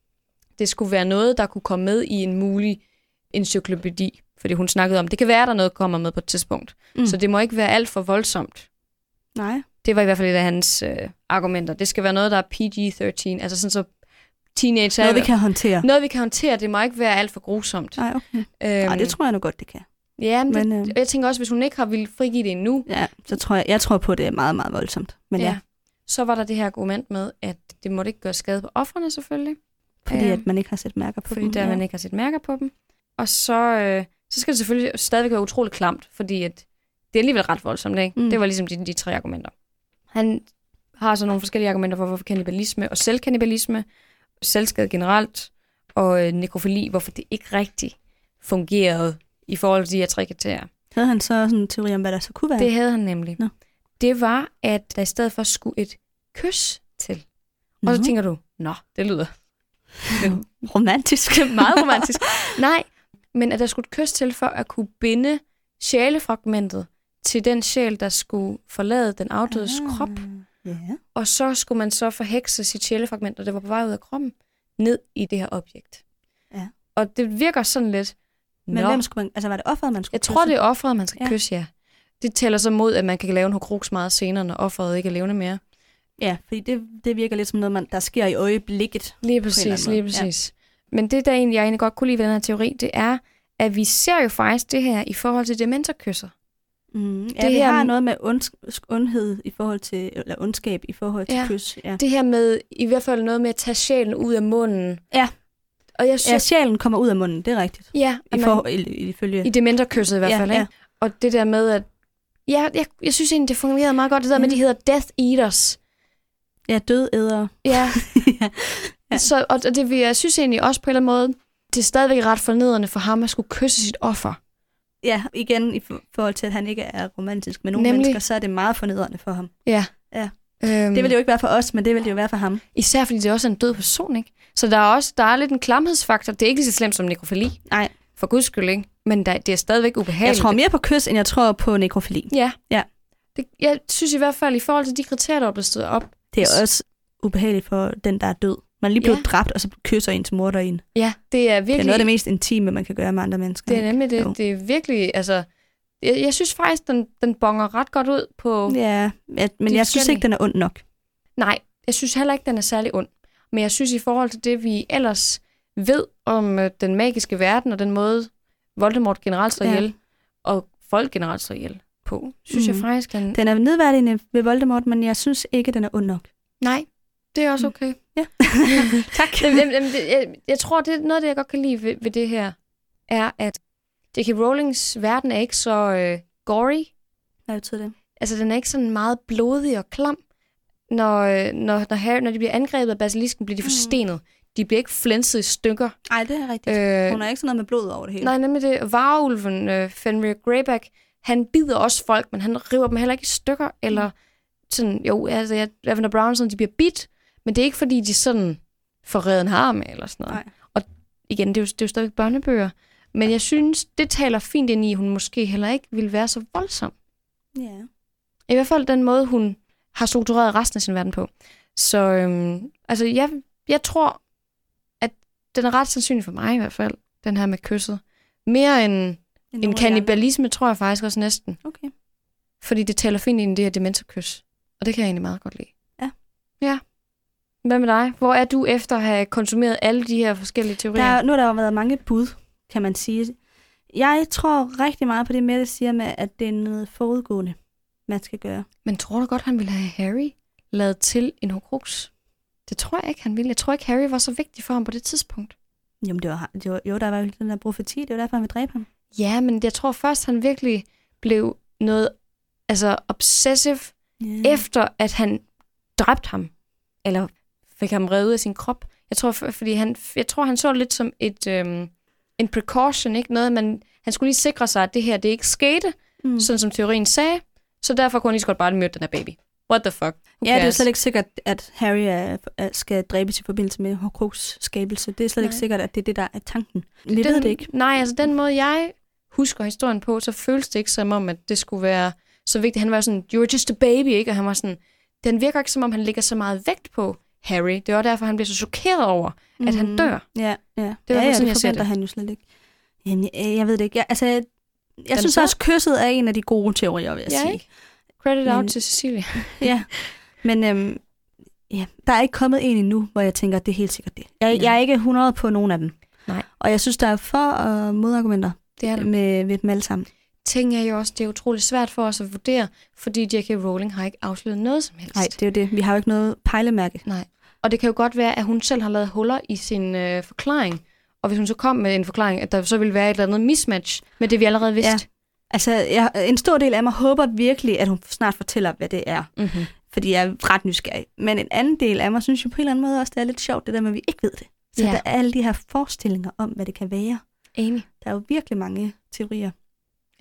S1: Det skulle være noget, der kunne komme med i en mulig encyklopædi, fordi hun snakkede om, det kan være, der noget kommer med på et tidspunkt. Mm.
S2: Mm.
S1: Så det må ikke være alt for voldsomt.
S2: Nej.
S1: Det var i hvert fald et af hans øh, argumenter. Det skal være noget, der er PG-13, altså sådan så teenager...
S2: Noget, vi kan håndtere.
S1: noget, vi kan håndtere. Det må ikke være alt for grusomt.
S2: Nej, okay.
S1: Øhm,
S2: Ej, det tror jeg nu godt, det kan.
S1: ja, men,
S2: Men,
S1: men
S2: øh,
S1: det, og jeg tænker også, hvis hun ikke har ville frigive det endnu,
S2: ja, så tror jeg, jeg tror på, at det er meget, meget voldsomt. Men ja, ja
S1: så var der det her argument med, at det måtte ikke gøre skade på offerne selvfølgelig. Øhm,
S2: fordi
S1: Ja.
S2: at man ikke har set mærker på
S1: fordi
S2: dem.
S1: der
S2: ja.
S1: man ikke har set mærker på dem. Og så, øh, så skal det selvfølgelig stadigvæk være utroligt klamt, fordi at det er alligevel ret voldsomt. Ikke? Mm.
S2: Mm.
S1: Det var ligesom de, de tre argumenter. Han har så nogle forskellige argumenter for, hvorfor kannibalisme og selvkannibalisme, selvskade generelt og øh, nekrofili, hvorfor det ikke rigtig fungerede i forhold til de her tre kriterier.
S2: Havde han så sådan en teori om, hvad der så kunne være?
S1: Det havde han nemlig.
S2: Nå.
S1: Det var, at der i stedet for skulle et kys til. Og så
S2: Nå.
S1: tænker du, nå, det lyder
S2: Romantisk. [LAUGHS]
S1: meget romantisk. [LAUGHS] Nej, men at der skulle et kys til for at kunne binde sjælefragmentet til den sjæl, der skulle forlade den afdødes ah. krop.
S2: Ja.
S1: Og så skulle man så forhekse sit sjælefragment, og det var på vej ud af kroppen, ned i det her objekt.
S2: Ja.
S1: Og det virker sådan lidt...
S2: Men
S1: nå,
S2: hvem skulle man, altså var det offeret, man skulle
S1: jeg tror,
S2: kysse?
S1: det er offeret, man skal ja.
S2: Ja.
S1: kysse, ja. Det tæller så mod, at man kan lave en hokruks meget senere, når offeret ikke er levende mere.
S2: Ja, fordi det, det virker lidt som noget, man, der sker i øjeblikket.
S1: Lige
S2: eller
S1: præcis,
S2: anden
S1: lige
S2: måde, ja.
S1: præcis. Ja. Men det, der egentlig, jeg egentlig godt kunne lide ved den her teori, det er, at vi ser jo faktisk det her i forhold til dementerkysser.
S2: Mm, ja,
S1: Det
S2: det vi
S1: her-
S2: har noget med ondsk- ondhed i forhold til, eller ondskab i forhold til
S1: Ja.
S2: ja. kys. Ja.
S1: det her med, i hvert fald noget med at tage sjælen ud af munden.
S2: Ja.
S1: Og jeg
S2: ja,
S1: synes,
S2: sjælen kommer ud af munden, det er rigtigt.
S1: ja, ja
S2: I,
S1: at man,
S2: for, i, i, ifølge...
S1: i dementerkysset i hvert
S2: ja,
S1: fald,
S2: ja.
S1: ikke? Og det der med, at Ja, jeg, jeg synes egentlig, det fungerede meget godt, det der ja. med, at de hedder Death Eaters.
S2: ja, dødædere.
S1: Ja.
S2: [LAUGHS] ja.
S1: ja. Så, og og det, vil- jeg synes egentlig også på en eller anden måde, det er stadigvæk ret fornedrende for ham at skulle kysse sit offer.
S2: ja, igen i for- forhold til, at han ikke er romantisk. Men nogle
S1: Nemlig.
S2: mennesker, så er det meget fornedrende for ham.
S1: Ja.
S2: Ja.
S1: Øhm,
S2: Det ville det jo ikke være for os, men det ville det jo være for ham.
S1: Især fordi det også er en død person, ikke? Så der er også der er lidt en klamhedsfaktor. Det er ikke lige så slemt som nekrofili.
S2: Nej.
S1: For guds skyld, ikke? Men der, det er stadigvæk
S2: Jeg
S1: ubehageligt.
S2: tror mere på kys, end jeg tror på nekrofili.
S1: Ja.
S2: Ja.
S1: Det, jeg synes i hvert fald, i forhold til de kriterier, der er blevet stillet op.
S2: Det er også ubehageligt for den, der er død. Man er lige blevet
S1: Ja.
S2: ja. dræbt, og så kysser ens mor derinde.
S1: Ja, det er
S2: Det er
S1: virkelig...
S2: noget af det mest intime, man kan gøre med andre mennesker.
S1: det er nemlig
S2: Jo.
S1: det. Det er virkelig, altså... Jeg, jeg synes faktisk, den, den bonger ret godt ud på...
S2: Ja, ja, men
S1: De er
S2: jeg synes
S1: forskellige.
S2: ikke, den er ond nok.
S1: Nej, jeg synes heller ikke, den er særlig ond. Men jeg synes i forhold til det, vi ellers ved om øh, den magiske verden og den måde, Voldemort generelt slår
S2: Ja.
S1: ihjel, og folk generelt slår ihjel på, synes mm. jeg
S2: Mhm.
S1: faktisk, den...
S2: Den er nedværdigende ved Voldemort, men jeg synes ikke, den er ond nok.
S1: Nej, det er også
S2: Mm.
S1: okay.
S2: Ja.
S1: [LAUGHS] tak. [LAUGHS] Jamen, jamen, jamen, det- jeg, jeg tror, det er noget af det, jeg godt kan lide ved, ved det her, er, at J.K. Rowlings verden er ikke så øh, gory.
S2: Hvad betyder det?
S1: Altså, den er ikke sådan meget blodig og klam. Når, øh, når, når, Harry, når de bliver angrebet af basilisken, bliver de
S2: Mm.
S1: forstenet. De bliver ikke flænset i stykker.
S2: Nej, det er rigtigt.
S1: Øh,
S2: Hun har ikke sådan noget med blod over det hele.
S1: nej, nemlig det. Varulven, øh, Fenrir Greyback, han bider også folk, men han river dem heller ikke i stykker. Eller sådan, jo, altså, jeg, Lavender Brown, sådan, de bliver bidt, men det er ikke, fordi de sådan får reddet en harm eller sådan noget.
S2: Nej.
S1: Og igen, det er, jo, det er jo stadigvæk børnebøger. Men jeg synes, det taler fint ind i, at hun måske heller ikke ville være så voldsom.
S2: Ja.
S1: I hvert fald den måde, hun har struktureret resten af sin verden på. Så øhm, altså, jeg, jeg tror, at den er ret sandsynlig for mig i hvert fald, den her med kysset. Mere end en kanibalisme, tror jeg faktisk også næsten.
S2: Okay.
S1: Fordi det taler fint ind i det her dementerkys. Og det kan jeg egentlig meget godt lide.
S2: Ja.
S1: Ja. Hvad med dig? Hvor er du efter at have konsumeret alle de her forskellige teorier?
S2: Der, er- nu har der jo været mange bud, kan man sige. Jeg tror rigtig meget på det, Mette siger med, at det er noget forudgående, man skal gøre.
S1: Men tror du godt, han ville have Harry lavet til en horcrux? Det tror jeg ikke, han ville. Jeg tror ikke, Harry var så vigtig for ham på det tidspunkt.
S2: Jamen, det var, det var, jo, der var jo den der profeti, det var derfor, han ville dræbe ham.
S1: Ja, men jeg tror først, han virkelig blev noget altså obsessive,
S2: Yeah.
S1: mm. efter at han dræbte ham, eller fik ham revet ud af sin krop. Jeg tror, for- fordi han, jeg tror han så det lidt som et, øhm, en precaution, ikke? Noget, man, han skulle lige sikre sig, at det her det ikke skete, mm.
S2: Mm.
S1: sådan som teorien sagde, så derfor kunne han lige så godt bare myrde den her baby. What the fuck? Who
S2: Ja, det er jo
S1: cares?
S2: slet ikke sikkert, at Harry er, er, skal dræbes i forbindelse med Horcrux skabelse. Det er slet Nej. ikke
S1: Nej.
S2: sikkert, at det er det, der er tanken. Vi
S1: den,
S2: ved det ikke.
S1: Nej, altså den måde, jeg husker historien på, så føles det ikke som om, at det skulle være så vigtigt. Han var sådan, you were just a baby, ikke? Og han var sådan, den virker ikke som om, han lægger så meget vægt på Harry. Det var derfor, han blev så chokeret over, mm. at han
S2: Mhm.
S1: dør.
S2: Ja,
S1: Det
S2: ja.
S1: er i hvert fald
S2: ja, ja,
S1: sådan,
S2: det
S1: jeg ser
S2: forventer
S1: det.
S2: han jo slet ikke. Jamen, jeg, jeg ved det ikke. Jeg, altså, jeg, jeg synes
S1: så?
S2: også, kysset er en af de gode teorier, vil jeg
S1: Ja,
S2: sige.
S1: ikke? Credit Men... out
S2: Men-
S1: til Cecilie.
S2: Ja, men øhm, ja, der er ikke kommet en endnu, hvor jeg tænker, at det er helt sikkert det. Jeg,
S1: Nej.
S2: jeg er ikke 100 på nogen af dem.
S1: Nej.
S2: Og jeg synes, der er for- og modargumenter
S1: Det er der.
S2: med, ved dem alle sammen.
S1: Ting er jo også, det er utroligt svært for os at vurdere, fordi J.K. Rowling har ikke afsløret noget som helst.
S2: Nej, det er jo det. Vi har jo ikke noget pejlemærke.
S1: Nej. Og det kan jo godt være, at hun selv har lavet huller i sin øh, forklaring. Og hvis hun så kom med en forklaring, at der så ville være et eller andet mismatch med det, vi allerede vidste.
S2: Altså, jeg, en stor del af mig håber virkelig, at hun snart fortæller, hvad det er.
S1: Mm-hmm.
S2: Fordi jeg er ret nysgerrig. Men en anden del af mig synes jo på en eller anden måde også, det er lidt sjovt, det der med, at vi ikke ved det. Så
S1: Ja.
S2: ja. der er alle de her forestillinger om, hvad det kan være.
S1: Enig.
S2: Der er jo virkelig mange teorier.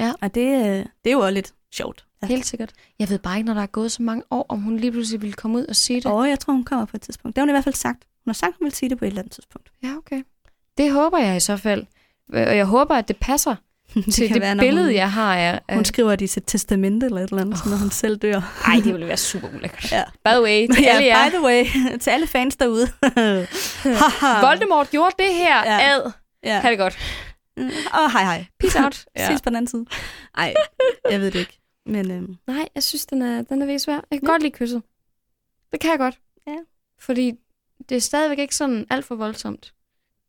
S1: Ja.
S2: Og det, øh, det er jo også lidt sjovt. Ja.
S1: Helt sikkert. Jeg ved bare ikke, når der er gået så mange år, om hun lige pludselig ville komme ud og sige det.
S2: Og Altså, jeg tror, hun kommer på et tidspunkt. Det har hun i hvert fald sagt. Hun har sagt, hun vil sige det på et eller andet tidspunkt. [LAUGHS]
S1: Ja, okay. Det håber jeg i så fald. Øh, Og jeg håber, at det passer
S2: det
S1: til det,
S2: når
S1: billede,
S2: hun,
S1: jeg har af... af-
S2: Hun skriver det i sit testamente eller et eller andet, oh. når hun selv dør.
S1: Ej, det ville være super ulækkert.
S2: [LAUGHS] Ja.
S1: By the way, til alle
S2: [LAUGHS] ja,
S1: jer.
S2: by the way, [LAUGHS] til alle
S1: [LAUGHS]
S2: fans derude. Haha.
S1: Voldemort gjorde det her.
S2: Ja.
S1: Ad.
S2: ja.
S1: Ha' det godt.
S2: Mm. Og hej hej.
S1: Peace out.
S2: [LAUGHS] Ja. Ses på den anden side. Nej, jeg ved det ikke. Men øhm,
S1: Nej, jeg synes, den er, den er virkelig svær. Jeg kan
S2: Ja.
S1: godt lide kysset. Det kan jeg godt.
S2: Ja.
S1: Fordi det er stadigvæk ikke sådan alt for voldsomt.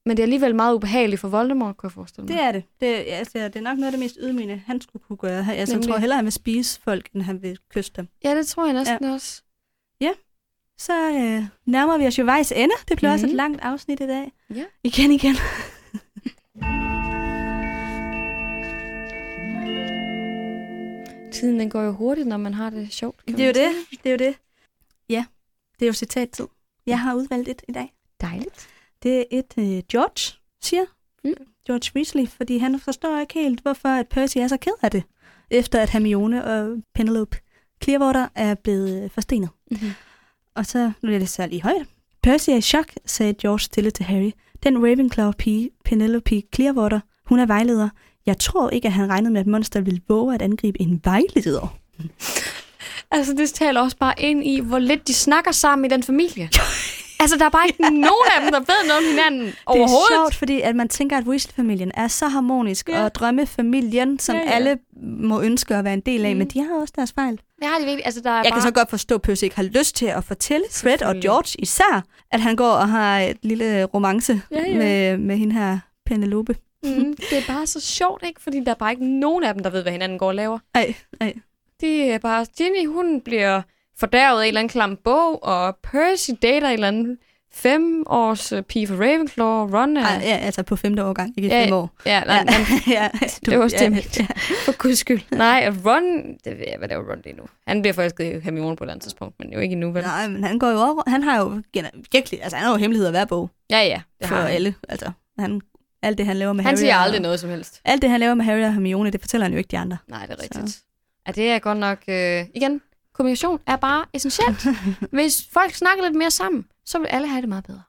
S1: Men det er alligevel meget ubehageligt for Voldemort, kunne jeg forestille mig.
S2: det er det. Det, altså, det er nok noget af det mest ydmygende, han skulle kunne gøre. Han- Altså, jeg
S1: Nemlig.
S2: tror hellere, han vil spise folk, end han vil kysse dem.
S1: Ja, det tror jeg næsten ja. også.
S2: Så øh, nærmer vi os jo vejs ende. Det blev mm. også et
S1: Mhm.
S2: langt afsnit i dag.
S1: Ja.
S2: Igen, igen.
S1: Tiden den går jo hurtigt, når man har det sjovt. kan
S2: Det er jo
S1: man sige.
S2: det. Det er jo det. Ja, det er jo citattid. Jeg har udvalgt et i dag.
S1: Dejligt.
S2: Det er et, øh, George siger.
S1: Mm.
S2: George Weasley, fordi han forstår ikke helt, hvorfor at Percy er så ked af det, efter at Hermione og Penelope Clearwater er blevet øh, forstenet.
S1: Mm-hmm.
S2: Og så, nu er det særlig højt. Percy er i chok, sagde George stille til Harry. Den Ravenclaw-pige, Penelope Clearwater, hun er vejleder. Jeg tror ikke, at han regnede med, at Monster ville våge at angribe en vejleder.
S1: Altså, det taler også bare ind i, hvor lidt de snakker sammen i den familie. altså, der er
S2: [LAUGHS]
S1: bare ikke nogen af dem, der ved noget om hinanden overhovedet.
S2: Det er sjovt, fordi at man tænker, at Weasley-familien er så harmonisk,
S1: Ja.
S2: ja. og drømmefamilien, som
S1: Ja,
S2: ja,
S1: ja.
S2: ja. alle må ønske at være en del af,
S1: Mm.
S2: mm. men de har også deres fejl.
S1: Det har de virkelig. Altså, der er
S2: Jeg
S1: bare...
S2: kan så godt forstå, at Percy ikke har lyst til at fortælle Fred og
S1: Selvfølgelig.
S2: George især, at han går og har et lille romance
S1: Ja, ja.
S2: Med, med hende her Penelope.
S1: Mm, [LAUGHS] det er bare så sjovt, ikke? Fordi der er bare ikke nogen af dem, der ved, hvad hinanden går og laver.
S2: Ej, ej.
S1: Det er bare... Ginny, hun bliver fordærvet af en eller anden klam bog, og Percy dater en eller anden femårs øh, pige fra Ravenclaw, og Ron er...
S2: Ej, ja, altså på femte årgang, ikke i
S1: Ja,
S2: fem år.
S1: ja, nej, ja. Han,
S2: [LAUGHS] ja,
S1: det var også
S2: ja,
S1: det. for guds skyld. Nej, og Ron... Det ved jeg, hvad laver Ron lige nu? Han bliver forelsket i Hermione på et eller andet tidspunkt, men jo ikke endnu, vel?
S2: Nej, men han går jo over, han har jo gener- virkelig, altså han har jo hemmeligheder i hver bog
S1: Ja, ja. Det
S2: for
S1: har han.
S2: alle. Altså, han, alt det, han laver med
S1: han
S2: Harry.
S1: siger
S2: og-
S1: aldrig noget som helst.
S2: Alt det, han laver med Harry og Hermione, det fortæller han jo ikke de andre.
S1: Nej, det er
S2: Så.
S1: rigtigt. Så. Ja, det er godt nok... Øh, igen, kommunikation er bare essentielt.
S2: [LAUGHS]
S1: Hvis folk snakker lidt mere sammen, så vil alle have det meget bedre.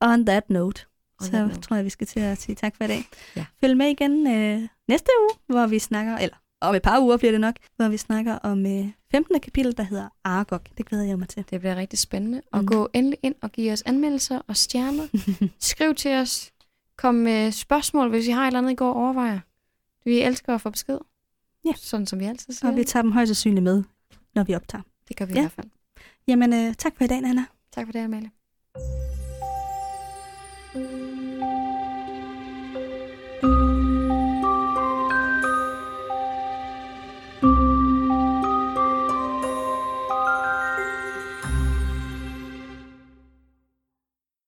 S2: On that note,
S1: On
S2: så
S1: that note.
S2: tror jeg, vi skal til at sige tak for i dag.
S1: Ja.
S2: Følg med igen øh, næste uge, hvor vi snakker, eller om et par uger bliver det nok, hvor vi snakker om øh, 15. kapitel, der hedder Aragog. Det glæder jeg mig til.
S1: Det bliver rigtig spændende. Og
S2: Mm.
S1: gå endelig ind og give os anmeldelser og stjerner.
S2: [LAUGHS]
S1: Skriv til os. Kom med spørgsmål, hvis I har et eller andet, I går og overvejer. Vi elsker at få besked.
S2: Ja.
S1: Sådan som vi altid siger.
S2: Og vi tager dem højst sandsynligt med, når vi optager.
S1: Det gør vi ja.
S2: Ja.
S1: i hvert fald.
S2: Jamen, øh, tak for i dag, Anna.
S1: Tak for det, Amalie.
S3: Thank you.